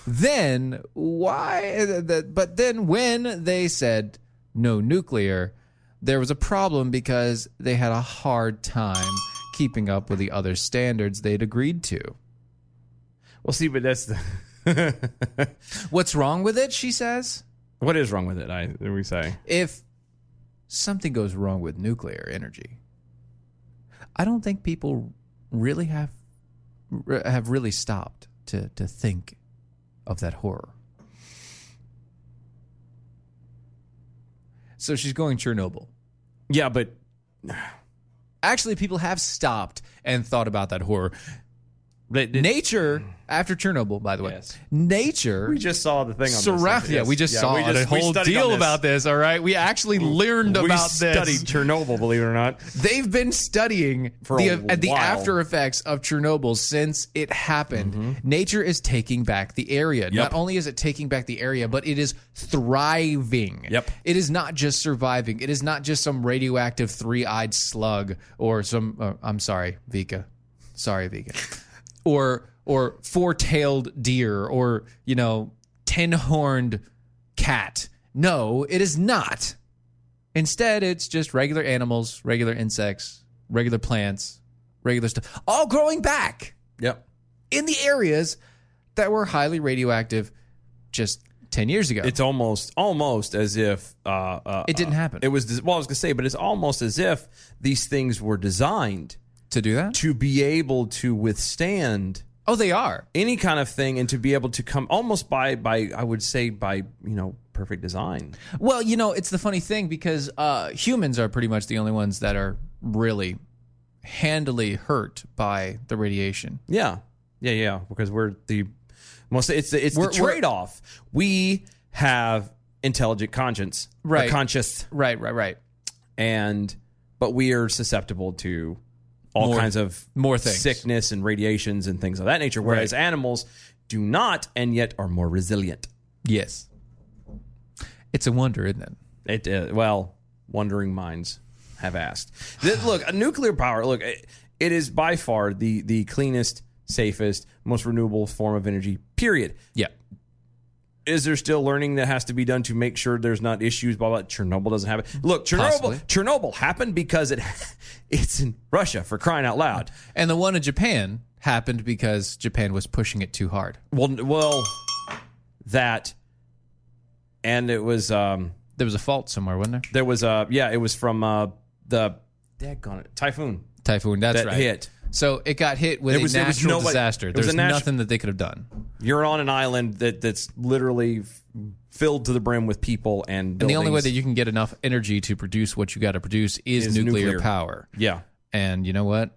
D: then why that but then when they said no nuclear, there was a problem because they had a hard time keeping up with the other standards they'd agreed to.
C: Well, see, but that's the. [laughs]
D: What's wrong with it, she says?
C: what is wrong with it? I we say.
D: If something goes wrong with nuclear energy, I don't think people really have re- have really stopped to to think of that horror. So she's going Chernobyl.
C: Yeah, but
D: Actually, people have stopped and thought about that horror.
C: They- they-
D: Nature after Chernobyl, by the way.
C: Yes.
D: Nature.
C: we just saw the thing on this, I
D: Surround-
C: guess.
D: yeah, we just saw
C: just-
D: a whole
C: studied on
D: deal about this. All right, we actually learned
C: we
D: about
C: studied
D: this.
C: Chernobyl, believe it or not.
D: They've been studying
C: For
D: the,
C: a
D: at the
C: while.
D: after effects of Chernobyl since it happened.
C: Mm-hmm.
D: Nature is taking back the area. Not only is it taking back the area, but it is thriving.
C: Yep.
D: It is not just surviving. It is not just some radioactive three-eyed slug or some. Uh, I'm sorry, Vika.
C: [laughs]
D: Sorry, Vika. or or four-tailed deer or you know ten-horned cat. No, it is not. Instead, it's just regular animals, regular insects, regular plants, regular stuff, all growing back
C: Yep.
D: in the areas that were highly radioactive just 10 years ago.
C: It's almost almost as if uh, uh,
D: It didn't
C: uh,
D: happen.
C: It was des- well, I was gonna say, but it's almost as if these things were designed
D: to do that?
C: to be able to withstand
D: Oh, they are.
C: any kind of thing and to be able to come almost by by I would say by you know perfect design.
D: Well, you know, it's the funny thing because uh, humans are pretty much the only ones that are really handily hurt by the radiation.
C: Yeah, yeah, yeah. Because we're the most. It's the, it's
D: We're-
C: the
D: we're-
C: trade off. We have intelligent conscience, or
D: Right.
C: Conscious,
D: Right, right, right.
C: and but we are susceptible to all
D: More-
C: kinds of
D: more things.
C: sickness and radiations and things of that nature. Whereas animals do not, and yet are more resilient.
D: Yes. It's a wonder, isn't it?
C: It uh, well, wondering minds have [sighs] asked. Th- look, a nuclear power. Look, it, it is by far the the cleanest, safest, most renewable form of energy. Period.
D: Yeah.
C: Is there still learning that has to be done to make sure there's not issues? Blah blah. Chernobyl doesn't happen. Look, Chernobyl.
D: Possibly.
C: Chernobyl happened because it [laughs] it's in Russia for crying out loud.
D: And the one in Japan happened because Japan was pushing it too hard.
C: Well, n- well, that, and it was um
D: There was a fault somewhere, wasn't there?
C: there was uh yeah it was from uh the dag on it typhoon
D: Typhoon. That's
C: that
D: right.
C: hit.
D: So it got hit with
C: It was-
D: a
C: it was
D: natural
C: nobody-
D: disaster.
C: it was
D: There's
C: a natu-
D: nothing that they could have done.
C: you're on an island that that's literally f- filled to the brim with people and
D: And the only way that
C: buildings.
D: you can get enough energy to produce what you got to produce is,
C: Is
D: nuclear,
C: nuclear.
D: power.
C: yeah
D: And you know what?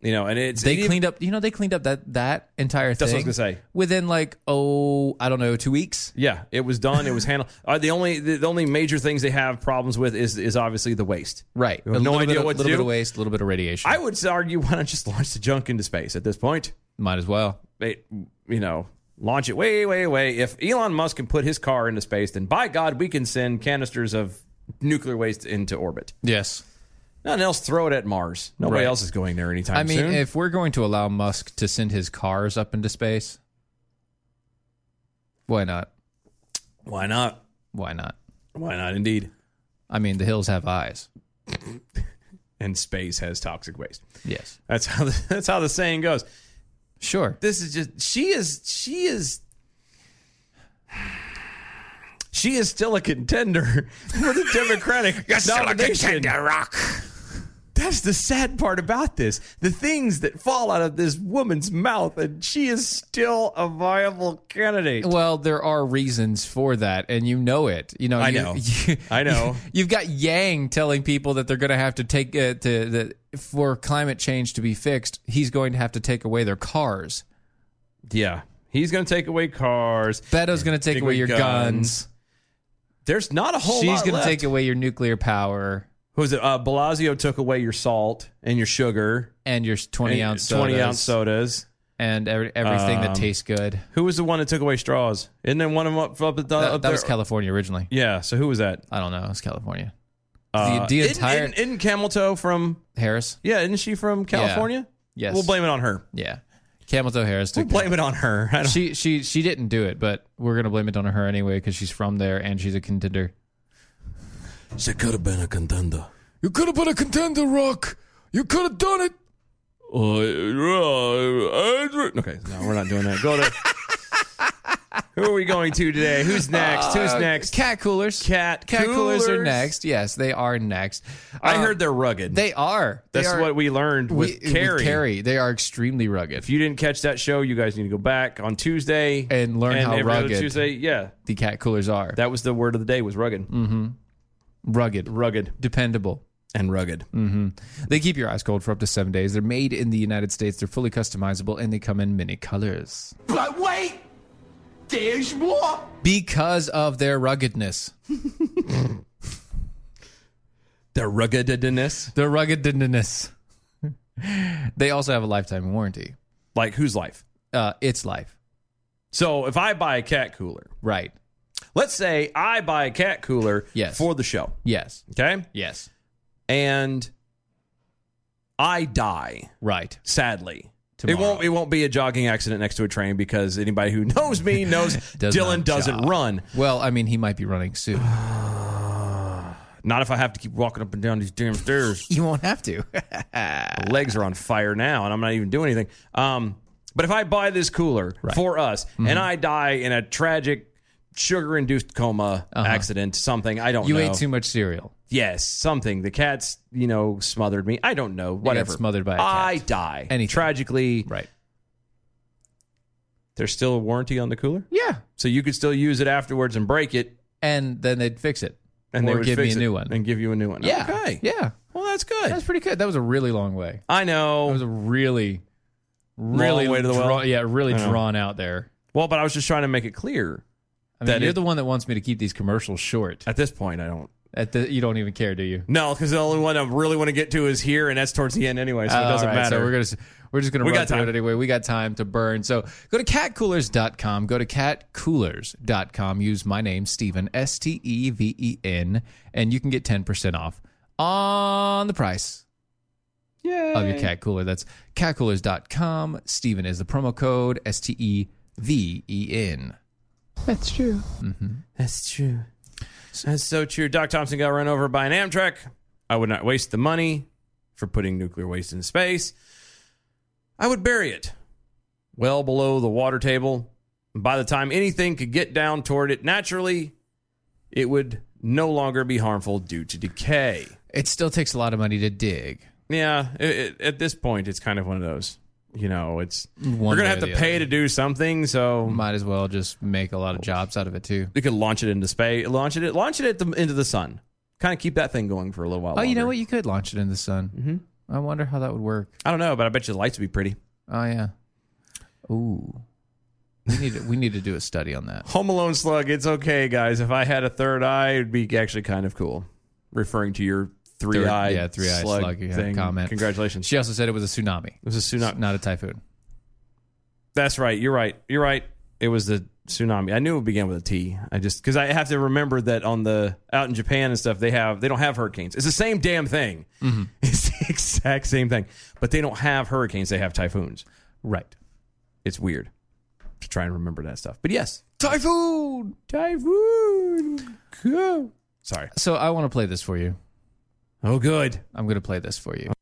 C: you know and it's
D: They
C: it even-
D: cleaned up. You know they cleaned up that that entire thing.
C: That's what I was gonna say.
D: Within like oh I don't know two weeks.
C: yeah it was done it was handled uh, the only the, the only major things they have problems with is is obviously the waste
D: Right.
C: We have
D: a
C: no
D: little
C: idea
D: bit of,
C: what to
D: little bit
C: do.
D: of waste, a little bit of radiation.
C: I would argue [laughs] why not just launch the junk into space at this point
D: might as well.
C: it, you know launch it way way way if Elon Musk can put his car into space then by God we can send canisters of nuclear waste into orbit
D: Yes.
C: nothing else throw it at Mars nobody
D: Right.
C: else is going there anytime
D: I mean,
C: soon
D: if we're going to allow Musk to send his cars up into space, why not?
C: why not
D: Why not?
C: why not indeed
D: I mean, the hills have eyes.
C: and space has toxic waste.
D: Yes.
C: That's how the, [laughs] that's how the saying goes.
D: Sure.
C: This is just she is she is she is still a contender [laughs] for the Democratic nomination.
D: Rock.
C: That's the sad part about this. The things that fall out of this woman's mouth, and she is still a viable candidate.
D: Well, there are reasons for that, and you know it. You know,
C: I
D: you-
C: know.
D: [laughs] you-
C: I know.
D: You've got Yang telling people that they're going to have to take uh, to that for climate change to be fixed. He's going to have to take away their cars.
C: yeah, he's going to take away cars.
D: Beto's going to take
C: Take
D: away
C: away
D: your guns.
C: guns. There's not a whole.
D: She's
C: lot
D: going to
C: left.
D: take away your nuclear power
C: Who is it? Uh, Bellagio took away your salt and your sugar.
D: and your twenty
C: and
D: ounce Um,
C: 20 ounce
D: sodas
C: sodas.
D: and every, everything that tastes good.
C: Who was the one that took away straws? Isn't there one of them up, up, at the-
D: That,
C: up
D: that
C: there?
D: was California originally.
C: Yeah, so who was that?
D: I don't know. It's California.
C: Uh,
D: the, the
C: isn't-
D: entire
C: Isn't, isn't Camel Toe from...
D: Harris.
C: Yeah, isn't she from California?
D: Yes.
C: We'll blame it on her.
D: Yeah. Camel toe Harris
C: We'll
D: took
C: blame it on her. I don't,
D: she she she didn't do it, but we're gonna blame it on her anyway because she's from there and she's a contender.
B: She could have been a contender.
D: You could have been a contender, Rock. You could have done it.
C: Uh, okay, no, we're not doing that. Go to...
D: [laughs]
C: who are we going to today? Who's next? Who's
D: Uh,
C: next?
D: Cat coolers.
C: Cat
D: cat coolers. are
C: coolers.
D: next. Yes, they are next.
C: I
D: Uh,
C: heard they're rugged.
D: they are. They
C: That's
D: are-
C: what we learned
D: we-
C: with Carrie.
D: Carrie, they are extremely rugged.
C: If you didn't catch that show, you guys need to go back on Tuesday
D: And learn how
C: every other
D: rugged.
C: Tuesday, yeah,
D: the cat coolers are Mm.
C: that was the word of the day was rugged.
D: rugged,
C: Rugged. Mm.
D: dependable.
C: and rugged.
D: They keep your eyes cold for up to seven days. They're made in the United States. They're fully customizable and they come in many colors
A: But wait! There's more!
D: because of their ruggedness.
C: Their ruggedness,
D: Their ruggedness. [laughs] they also have a lifetime warranty.
C: like whose life?
D: Uh, it's life,
C: So if I buy a cat cooler,
D: right?
C: let's say I buy a cat cooler
D: Yes.
C: for the show,
D: Yes,
C: okay,
D: yes,
C: and I die
D: right.
C: sadly. It
D: Tomorrow.
C: won't. It won't be a jogging accident next to a train because anybody who knows
D: [laughs]
C: me knows
D: Does
C: Dylan
D: not
C: doesn't
D: jog.
C: run.
D: Well, I mean, he might be running
C: [sighs]
D: soon.
C: Not if I have to keep walking up and down these damn stairs.
D: you won't have to.
C: My legs are on fire now, and I'm not even doing anything. Um, but if I buy this cooler for us
D: Mm-hmm.
C: and I die in a tragic sugar-induced coma accident, something I don't
D: Uh-huh. you
C: know.
D: ate too much cereal.
C: Yes, something. The cat's, you know, smothered me. I don't know. Whatever.
D: smothered by a cat.
C: I die.
D: Anything.
C: Tragically,
D: Right.
C: there's still a warranty on the cooler,
D: Yeah.
C: so you could still use it afterwards and break it,
D: And then they'd fix it.
C: and they
D: or
C: would
D: give me
C: fix
D: a
C: it
D: new one.
C: and give you a new one.
D: yeah.
C: Okay.
D: Yeah.
C: Well, that's good.
D: That's pretty good. That was a really long way.
C: I
D: That was
C: know.
D: a really, really
C: way to the
D: draw-
C: well.
D: Yeah, really
C: I know.
D: drawn out there.
C: Well, but I was just trying to make it clear.
D: I mean,
C: That
D: you're
C: it-
D: the one that wants me to keep these commercials short.
C: At this point, I don't.
D: At the, you don't even care, do you?
C: No, because the only one I really want to get to is here, and that's towards the end anyway, so it
D: All
C: doesn't
D: Oh, right,
C: matter.
D: So we're gonna s- we're just gonna
C: We
D: run
C: got
D: through
C: time.
D: it anyway. We got time to burn. So go to catcoolers.com. Go to catcoolers.com. Use my name Steven S T E V E N, and you can get ten percent off on the price. Of your cat cooler. That's catcoolers.com. Steven is the promo code S T E V E N.
C: That's true. That's so true. Doc Thompson got run over by an Amtrak. I would not waste the money for putting nuclear waste in space. I would bury it well below the water table. By the time anything could get down toward it naturally, it would no longer be harmful due to decay.
D: It still takes a lot of money to dig.
C: Yeah, it, it, at this point, it's kind of one of those. You know, it's we're
D: way
C: gonna have
D: or
C: to
D: the
C: pay
D: other.
C: to do something. So
D: Might as well just make a lot of jobs out of it too.
C: we could launch it into space, launch it, launch it at the, into the sun. Kind of keep that thing going for a little while.
D: Oh, you
C: longer.
D: know what? You could launch it in the sun. Mm-hmm. I wonder how that would work.
C: I don't know, but I bet you the lights would be pretty.
D: Oh yeah. Ooh. We need to, we need to do a study on that.
C: Home Alone slug. It's okay, guys. If I had a third eye, it'd be actually kind of cool. Referring to your [laughs] three eye,
D: yeah, three eye slug, yeah,
C: thing.
D: comment.
C: Congratulations.
D: She also said it was a tsunami,
C: It was a tsunami.
D: not a typhoon.
C: That's right. You're right. You're right. It was the tsunami. I knew it began with a T. I just because I have to remember that on the out in Japan and stuff they have they don't have hurricanes. It's the same damn thing.
D: Mm-hmm.
C: [laughs] It's the exact same thing, but they don't have hurricanes. They have typhoons.
D: Right.
C: It's weird to try and remember that stuff. But yes,
D: Typhoon.
C: typhoon. Go. Sorry.
D: So uh, I want to play this for you.
C: Oh, good.
D: I'm going to play this for you.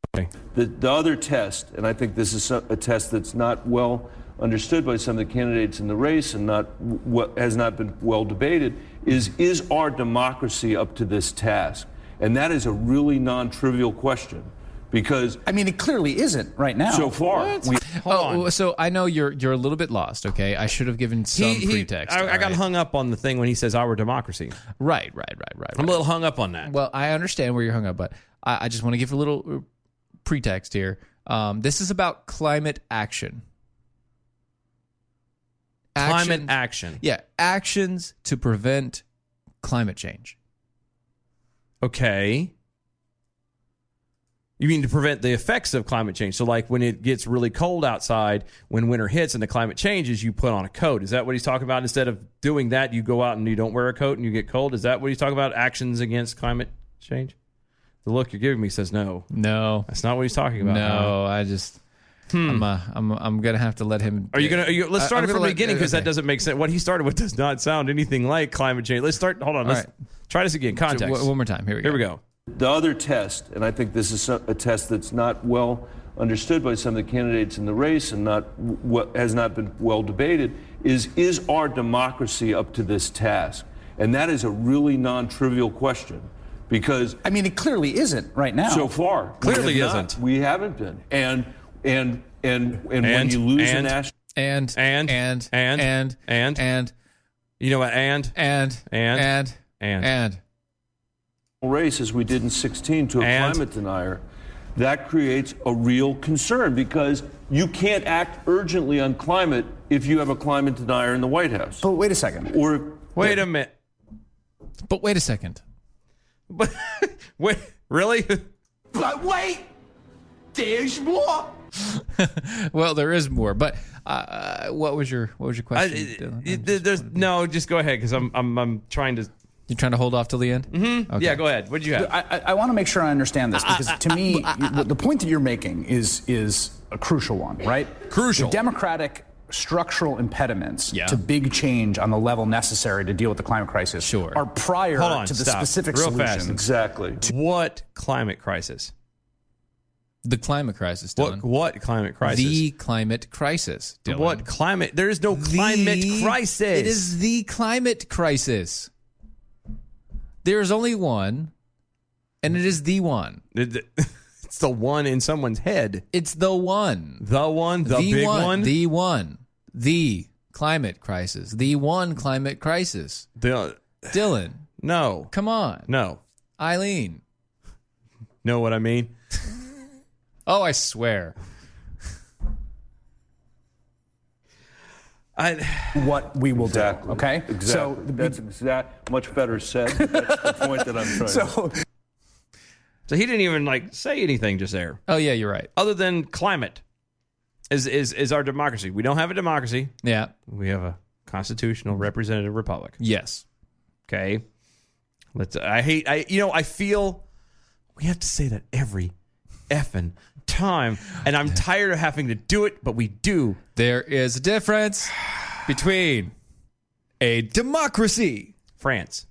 J: The, the other test, and I think this is so- a test that's not well understood by some of the candidates in the race and not w- what has not been well debated, is is our democracy up to this task? And that is a really non-trivial question, because
A: I mean, it clearly isn't right now.
J: so far we
D: oh, so I know you're you're a little bit lost. Okay, I should have given some pretext.
C: I, I
D: all
C: got
D: right?
C: hung up on the thing when he says our democracy.
D: Right, right, right, right.
C: I'm a
D: right.
C: little hung up on that.
D: Well, I understand where you're hung up, but I, I just want to give a little uh, pretext here. Um, this is about climate action.
C: Climate
D: Actions-
C: action.
D: Yeah, actions to prevent climate change.
C: Okay. You mean to prevent the effects of climate change? So, like when it gets really cold outside, when winter hits and the climate changes, you put on a coat. Is that what he's talking about? Instead of doing that, you go out and you don't wear a coat and you get cold. Is that what he's talking about? Actions against climate change? The look you're giving me says no.
D: No,
C: That's not what he's talking about.
D: no, I just I'm uh, I'm I'm gonna have to let him.
C: Hmm. Are you gonna? Are you, let's
D: I-
C: start
D: I'm
C: it from
D: gonna
C: the
D: let-
C: beginning because
D: okay.
C: that doesn't make sense. What he started with does not sound anything like climate change. Let's start. Hold on. Let's
D: right.
C: try this again. Context.
D: One one more time. Here we go.
C: Here we go.
J: The other test, and I think this is so- a test that's not well understood by some of the candidates in the race and not w- what has not been well debated, is is our democracy up to this task? And that is a really non-trivial question, because
A: I mean, it clearly isn't right now.
J: so far we
C: Clearly
J: have not.
C: isn't.
J: We haven't been, and and and and, when
C: And-
J: you lose
C: and-
J: a national
D: And
C: And-
D: and
C: and-
D: and
C: and-
D: and
C: You know what? And
D: and
C: And-
D: and
C: and-
D: and
J: race as we did in 16 to a climate denier, that creates a real concern because you can't act urgently on climate if you have a climate denier in the White House. But
A: wait a second.
J: Or
C: wait a minute.
D: But wait a second.
C: But wait, really? [laughs]
A: But wait, there's more.
D: well, there is more, but uh, what was your what was your
C: I,
D: question? Dylan?
C: it- it- there's no. Just go ahead because I'm I'm I'm trying to.
D: You're trying to hold off till the end.
C: Mm-hmm. Yeah, go ahead. What would you have?
A: I, I, I want to make sure I understand this because to me, the, the point that you're making is is a crucial one, right?
D: Crucial.
A: The democratic structural impediments to big change on the level necessary to deal with the climate crisis sure. are prior
C: Hold on,
A: to the
C: stop.
A: specific
C: Real
A: solutions.
C: fast.
J: Exactly.
C: What climate crisis?
D: The climate crisis.
C: What what climate crisis?
D: The climate crisis. Dylan.
C: What climate? There is no climate
D: The-
C: crisis.
D: It is the climate crisis. There is only one, and it is the one.
C: It's the [laughs] one in someone's head.
D: It's the one.
C: The one. The, big one.
D: The one. The climate crisis. The one climate crisis.
C: The-
D: Dylan,
C: no.
D: come on.
C: No.
D: Eileen.
C: Know what I mean?
D: Oh, I swear.
C: I.
A: What we will
J: Exactly.
A: do. Okay?
J: Exactly.
A: So,
J: that's exact. Much better said. That's the point that I'm trying. to
A: [laughs] so
C: So he didn't even like say anything just there.
D: Oh, yeah, you're right.
C: Other than climate, is is is our democracy? We don't have a democracy.
D: Yeah.
C: We have a constitutional representative republic.
D: Yes.
C: Okay. Let's. I hate. I. You know. I feel. We have to say that every effing time, and I'm tired of having to do it, but we do.
D: There is a difference between a democracy,
C: France,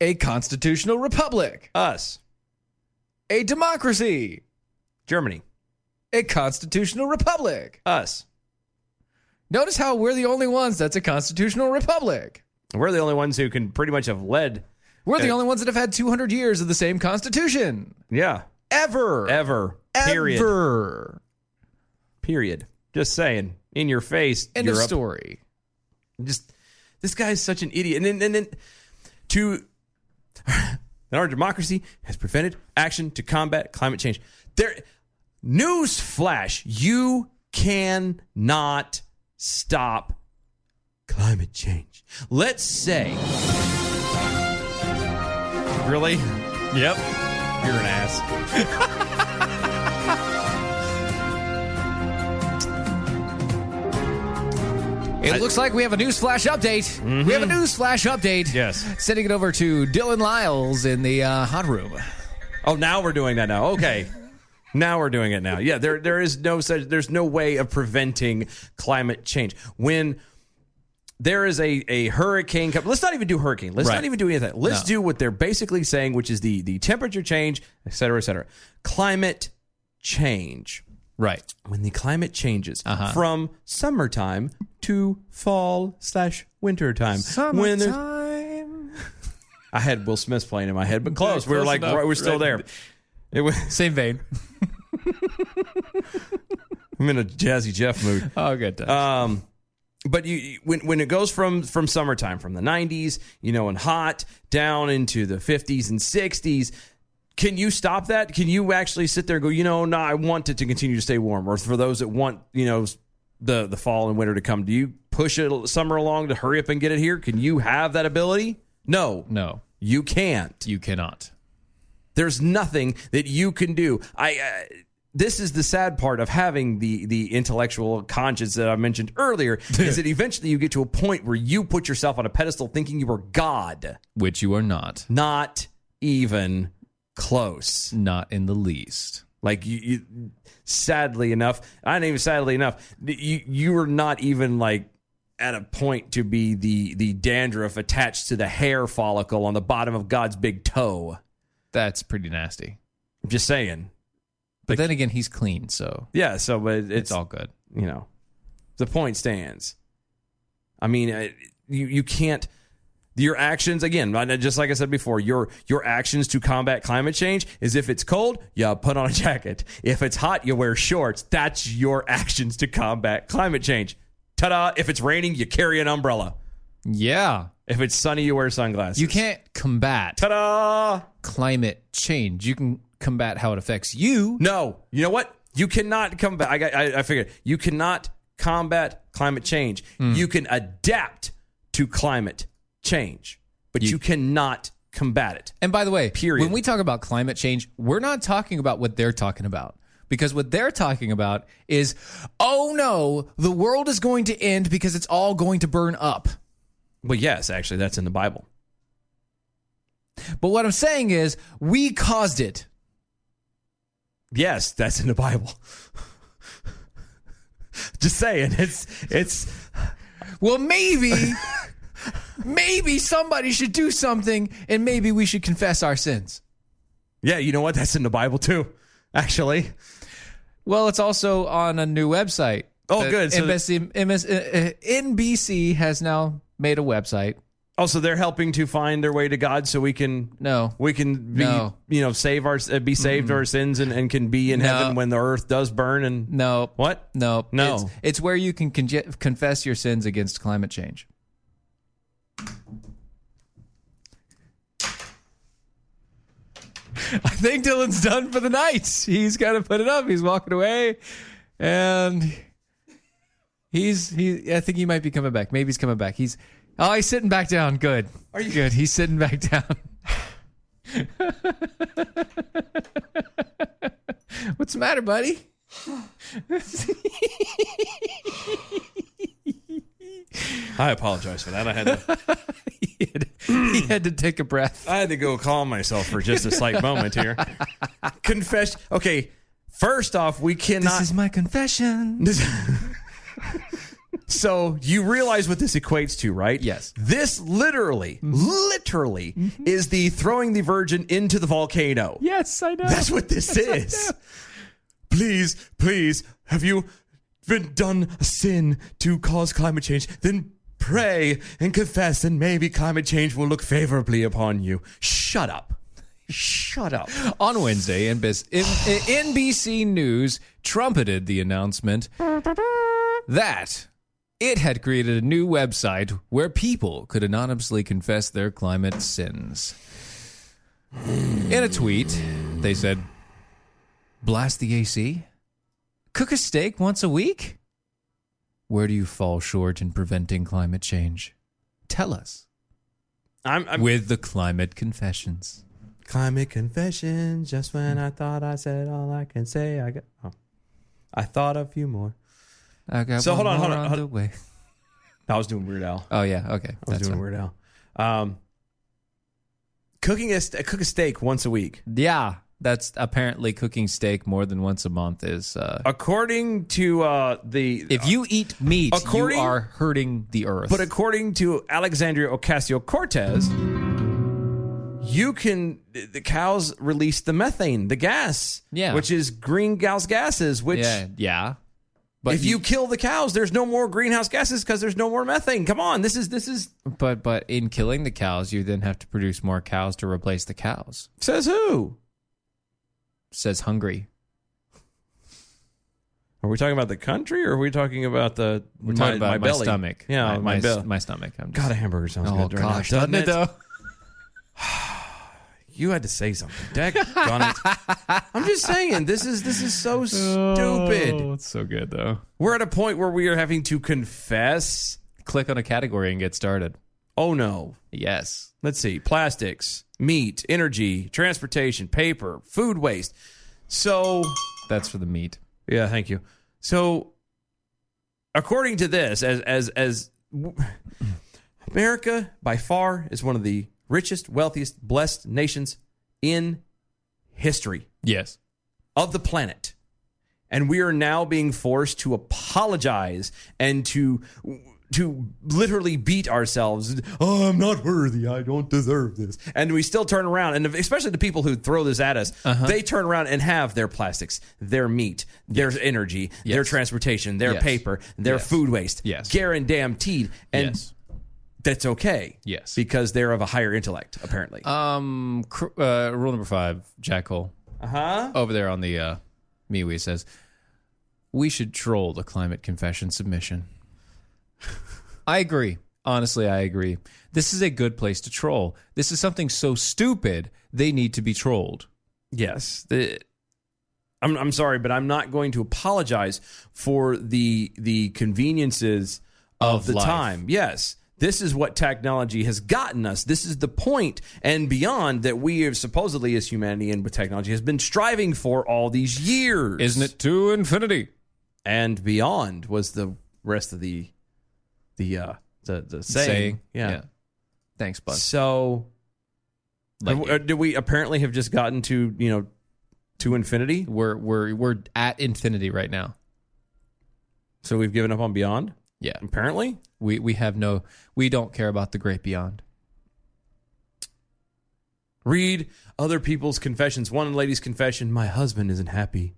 D: a constitutional republic,
C: us,
D: a democracy,
C: Germany,
D: a constitutional republic.
C: us.
D: Notice how we're the only ones that's a constitutional republic.
C: We're the only ones who can pretty much have led.
D: We're the
C: Uh,
D: only ones that have had 200 years of the same constitution.
C: Yeah.
D: Ever.
C: Ever. Period.
D: Ever.
C: Period. Just saying, in your face.
D: End
C: Europe.
D: of story.
C: Just this guy is such an idiot. And then, and then to [laughs] that our democracy has prevented action to combat climate change. There, news flash: you cannot stop climate change. Let's say, really, yep, you're an ass.
D: It looks like we have a news flash update. We have a news flash update.
C: Mm-hmm. Yes.
D: Sending it over to Dylan Lyles in the uh, hot room.
C: Oh, now we're doing that now. Okay. Now we're doing it now. Yeah, there there is no such there's no way of preventing climate change. When there is a, a hurricane coming. Let's not even do hurricane. Let's
D: Right.
C: not even do anything. Let's
D: No.
C: do what they're basically saying, which is the the temperature change, et cetera, et cetera. Climate change.
D: Right.
C: When the climate changes
D: Uh-huh.
C: from summertime to fall slash wintertime. When there's- I had Will Smith playing in my head, but close. we were
D: Close
C: like
D: enough.
C: right- we're still there. It was
D: Same vein.
C: I'm in a jazzy Jeff mood.
D: Oh, good.
C: Um, but you- you when when it goes from from summertime from the 90s, you know, and hot down into the 50s and 60s, can you stop that? Can you actually sit there and go, you know, no, I want it to continue to stay warm, or for those that want, you know, the the fall and winter to come, do you push it summer along to hurry up and get it here? Can you have that ability? No,
D: no,
C: you can't.
D: you cannot.
C: There's nothing that you can do. I. Uh, this is the sad part of having the the intellectual conscience that I mentioned earlier. is that eventually you get to a point where you put yourself on a pedestal, thinking you are God.
D: Which you are not.
C: Not even close.
D: Not in the least.
C: Like you, you sadly enough, I not even sadly enough, you you were not even like at a point to be the the dandruff attached to the hair follicle on the bottom of God's big toe.
D: That's pretty nasty.
C: I'm just saying.
D: But then again, he's clean, so
C: Yeah, so but it's,
D: it's, all good.
C: you know, the point stands. I mean, uh, you you can't your actions again. I- Just like I said before, your your actions to combat climate change is if it's cold, you put on a [laughs] jacket. If it's hot, you wear shorts. That's your actions to combat climate change. Ta da! If it's raining, you carry an umbrella.
D: Yeah.
C: If it's sunny, you wear sunglasses.
D: You can't combat
C: ta-da
D: climate change. You can combat how it affects you.
C: No, you know what? You cannot combat. I, got- I, I figured you cannot combat climate change. You can adapt to climate change, but you, cannot combat it.
D: And by the way, Period. when we talk about climate change, we're not talking about what they're talking about. Because what they're talking about is, oh no, the world is going to end because it's all going to burn up.
C: Well, yes, actually, that's in the Bible.
D: But what I'm saying is, we caused it.
C: Yes, that's in the Bible. [laughs] Just saying, it's it's.
D: Well, maybe, maybe somebody should do something, and maybe we should confess our sins.
C: Yeah, you know what? That's in the Bible too. Actually,
D: Well, it's also on a new website.
C: Oh,
D: The
C: good. So-
D: NBC, MS, uh, uh, NBC has now made a website.
C: also they're helping to find their way to God, so we can
D: No,
C: we can be
D: No.
C: you know save our uh, be saved our sins and, and can be in
D: No.
C: heaven when the earth does burn and
D: no,
C: what
D: no,
C: No.
D: It's, it's where you can conge- confess your sins against climate change. [laughs] I think Dylan's done for the night. He's got to put it up. He's walking away, and he's he. I think he might be coming back. Maybe he's coming back. He's oh, he's sitting back down. Good. Are you good? He's sitting back down. [laughs] What's the matter, [laughs] buddy?
C: I apologize for that. I had
D: [laughs]
C: to,
D: he, had, he had to take a breath.
C: I had to go calm myself for just a slight moment here. Confess. Okay, first off, we
D: This
C: cannot.
D: is my confession.
C: so you realize what this equates to, right?
D: Yes. Mm-hmm.
C: This literally, literally, is the throwing the virgin into the volcano.
D: Yes, I know.
C: That's what this is. Please, please, have you been done a sin to cause climate change? Then pray and confess, and maybe climate change will look favorably upon you. Shut up. Shut up.
D: On Wednesday, NBC, NBC News trumpeted the announcement that it had created a new website where people could anonymously confess their climate sins. In a tweet, they said, Blast the AC? Cook a steak once a week? Where do you fall short in preventing climate change? Tell us
C: I'm, I'm
D: with the climate confessions.
C: climate confession. Just when I thought I said all I can say, I got. Oh. I thought a few more.
D: I got
C: So,
D: one
C: hold on,
D: more
C: hold on, hold-
D: the way.
C: I was doing Weird Al.
D: Oh yeah, okay.
C: I was doing
D: fine.
C: Weird Al. Um, cooking a st- cook a steak once a week.
D: Yeah, that's apparently cooking steak more than once a month is. Uh,
C: According to uh, the
D: if you eat meat,
C: According-
D: you are hurting the earth.
C: But according to Alexandria Ocasio Cortez, you can the cows release the methane, the gas,
D: Yeah.
C: which is greenhouse gases. Which
D: yeah, yeah. But
C: if you, kill the cows, there's no more greenhouse gases because there's no more methane. Come on, this is this is
D: but but in killing the cows, you then have to produce more cows to replace the cows.
C: says who?
D: Says Hungary.
C: Are we talking about the country or are we talking about the
D: We're
C: my,
D: talking about my,
C: belly?
D: stomach.
C: Yeah,
D: my
C: my,
D: my,
C: belly.
D: my stomach. I'm just,
C: God, a hamburger sounds
D: oh
C: good. right now,
D: gosh, doesn't, it though?
C: [sighs] You had to say something.
D: [laughs]
C: Dadgummit. I'm just saying, this is this is so stupid.
D: it's so good though.
C: We're at a point where we are having to confess.
D: Click on a category and get started.
C: Oh no.
D: Yes.
C: Let's see. Plastics, meat, energy, transportation, paper, food waste. So,
D: That's for the meat.
C: yeah, thank you. So, according to this, as as as America by far is one of the richest, wealthiest, blessed nations in history.
D: Yes.
C: of the planet. And we are now being forced to apologize and to to literally beat ourselves. Oh, I'm not worthy. I don't deserve this. And we still turn around, and especially the people who throw this at us,
D: Uh-huh.
C: they turn around and have their plastics, their meat, their energy, their
D: Yes.
C: transportation, their
D: Yes.
C: paper, their
D: Yes.
C: food waste.
D: Yes.
C: Guaranteed. And
D: yes.
C: that's okay.
D: Yes.
C: Because they're of a higher intellect, apparently.
D: Um, cr- uh, rule number five, Jack Hole.
C: Uh-huh.
D: Uh huh. Over there on the uh, MeWe says,
C: [laughs]
D: we should troll the climate confession submission. I agree. Honestly, I agree. This is a good place to troll. This is something so stupid they need to be trolled.
C: Yes. The, I'm, I'm sorry, but I'm not going to apologize for the the conveniences of,
D: Of
C: the
D: life.
C: time. Yes. This is what technology has gotten us. This is the point and beyond that we have supposedly as humanity and with technology has been striving for all these years. Isn't it
D: to infinity?
C: And beyond was the rest of the the uh the, the saying.
D: Saying,
C: Yeah.
D: yeah. Thanks, bud.
C: So
D: Like-
C: Have- uh, did we apparently have just gotten to, you know, to infinity?
D: We're we're we're at infinity right now.
C: So we've given up on beyond?
D: Yeah.
C: Apparently?
D: We we have no we don't care about the great beyond.
C: Read other people's confessions. One lady's confession My husband isn't happy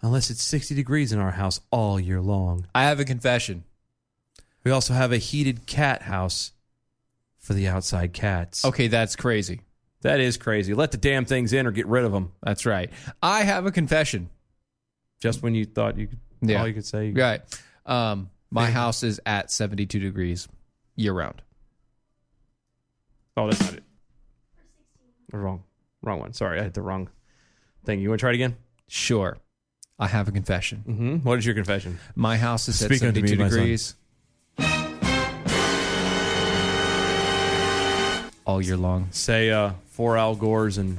C: unless it's 60 degrees in our house all year long.
D: I have a confession.
C: We also have a heated cat house for the outside cats.
D: Okay, that's crazy.
C: That is crazy. Let the damn things in or get rid of them.
D: That's right. I have a confession.
C: Just when you thought you could, all you could say. you-
D: Right. Um, my house is at 72 degrees year round.
C: Oh, that's not it. Wrong. Wrong one. Sorry, I hit the wrong thing. You want to try it again?
D: Sure. I have a confession.
C: Mm-hmm. What is your confession?
D: My house is
C: Speak
D: at
C: unto me,
D: 72
C: my son.
D: degrees all year long.
C: Say uh, four Al Gores and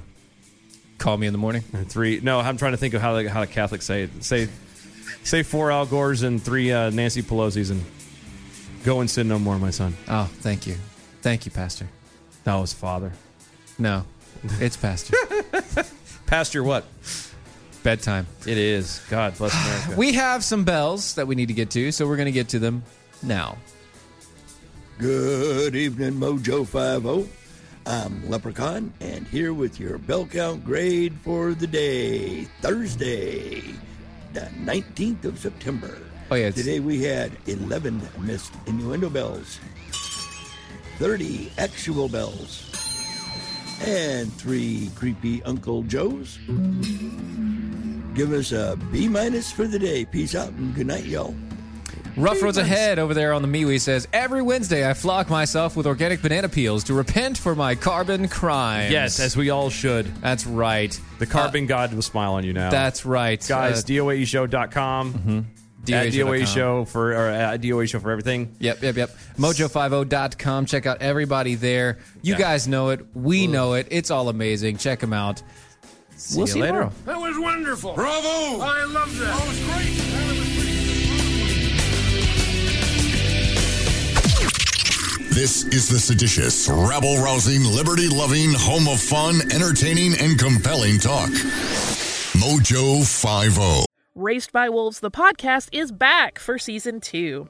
D: Call me in the morning.
C: and three. No, I'm trying to think of how the, how the Catholics say it. Say say four Al Gores and three uh, Nancy Pelosi's and go and sin no more, my son.
D: Oh, thank you. Thank you, Pastor.
C: That was father.
D: No,
C: [laughs]
D: it's Pastor.
C: Pastor, what?
D: Bedtime.
C: It is. God
D: [sighs]
C: bless America.
D: We have some bells that we need to get to, so we're going to get to them now.
K: Good evening, Mojo 50. I'm Leprechaun, and here with your bell count grade for the day, Thursday, the 19th of September.
D: Oh, yeah, it's-
K: Today we had 11 missed innuendo bells, 30 actual bells, and three creepy Uncle Joes. Give us a B minus for the day. Peace out and good night, y'all.
D: Rough Roads Ahead over there on the MeWe says, Every Wednesday I flock myself with organic banana peels to repent for my carbon crimes.
C: yes, as we all should.
D: That's right.
C: The carbon god will smile on you now.
D: Uh, That's Mm-hmm. right.
C: guys.
D: Uh,
C: DOAEshow.com.
D: E
C: At DOA E show for or at DOA E show for everything.
D: Yep, yep, yep. Mojo50.com. Check out everybody there. You guys know it. We know it. It's all amazing. Check them out. we'll
C: you
D: see
C: later.
D: You tomorrow.
L: That was wonderful. Bravo! I loved that. That was great.
M: This is the seditious, rabble rousing, liberty loving, home of fun, entertaining, and compelling talk. Mojo oh. 50.
N: Raised by Wolves, the podcast, is back for season two.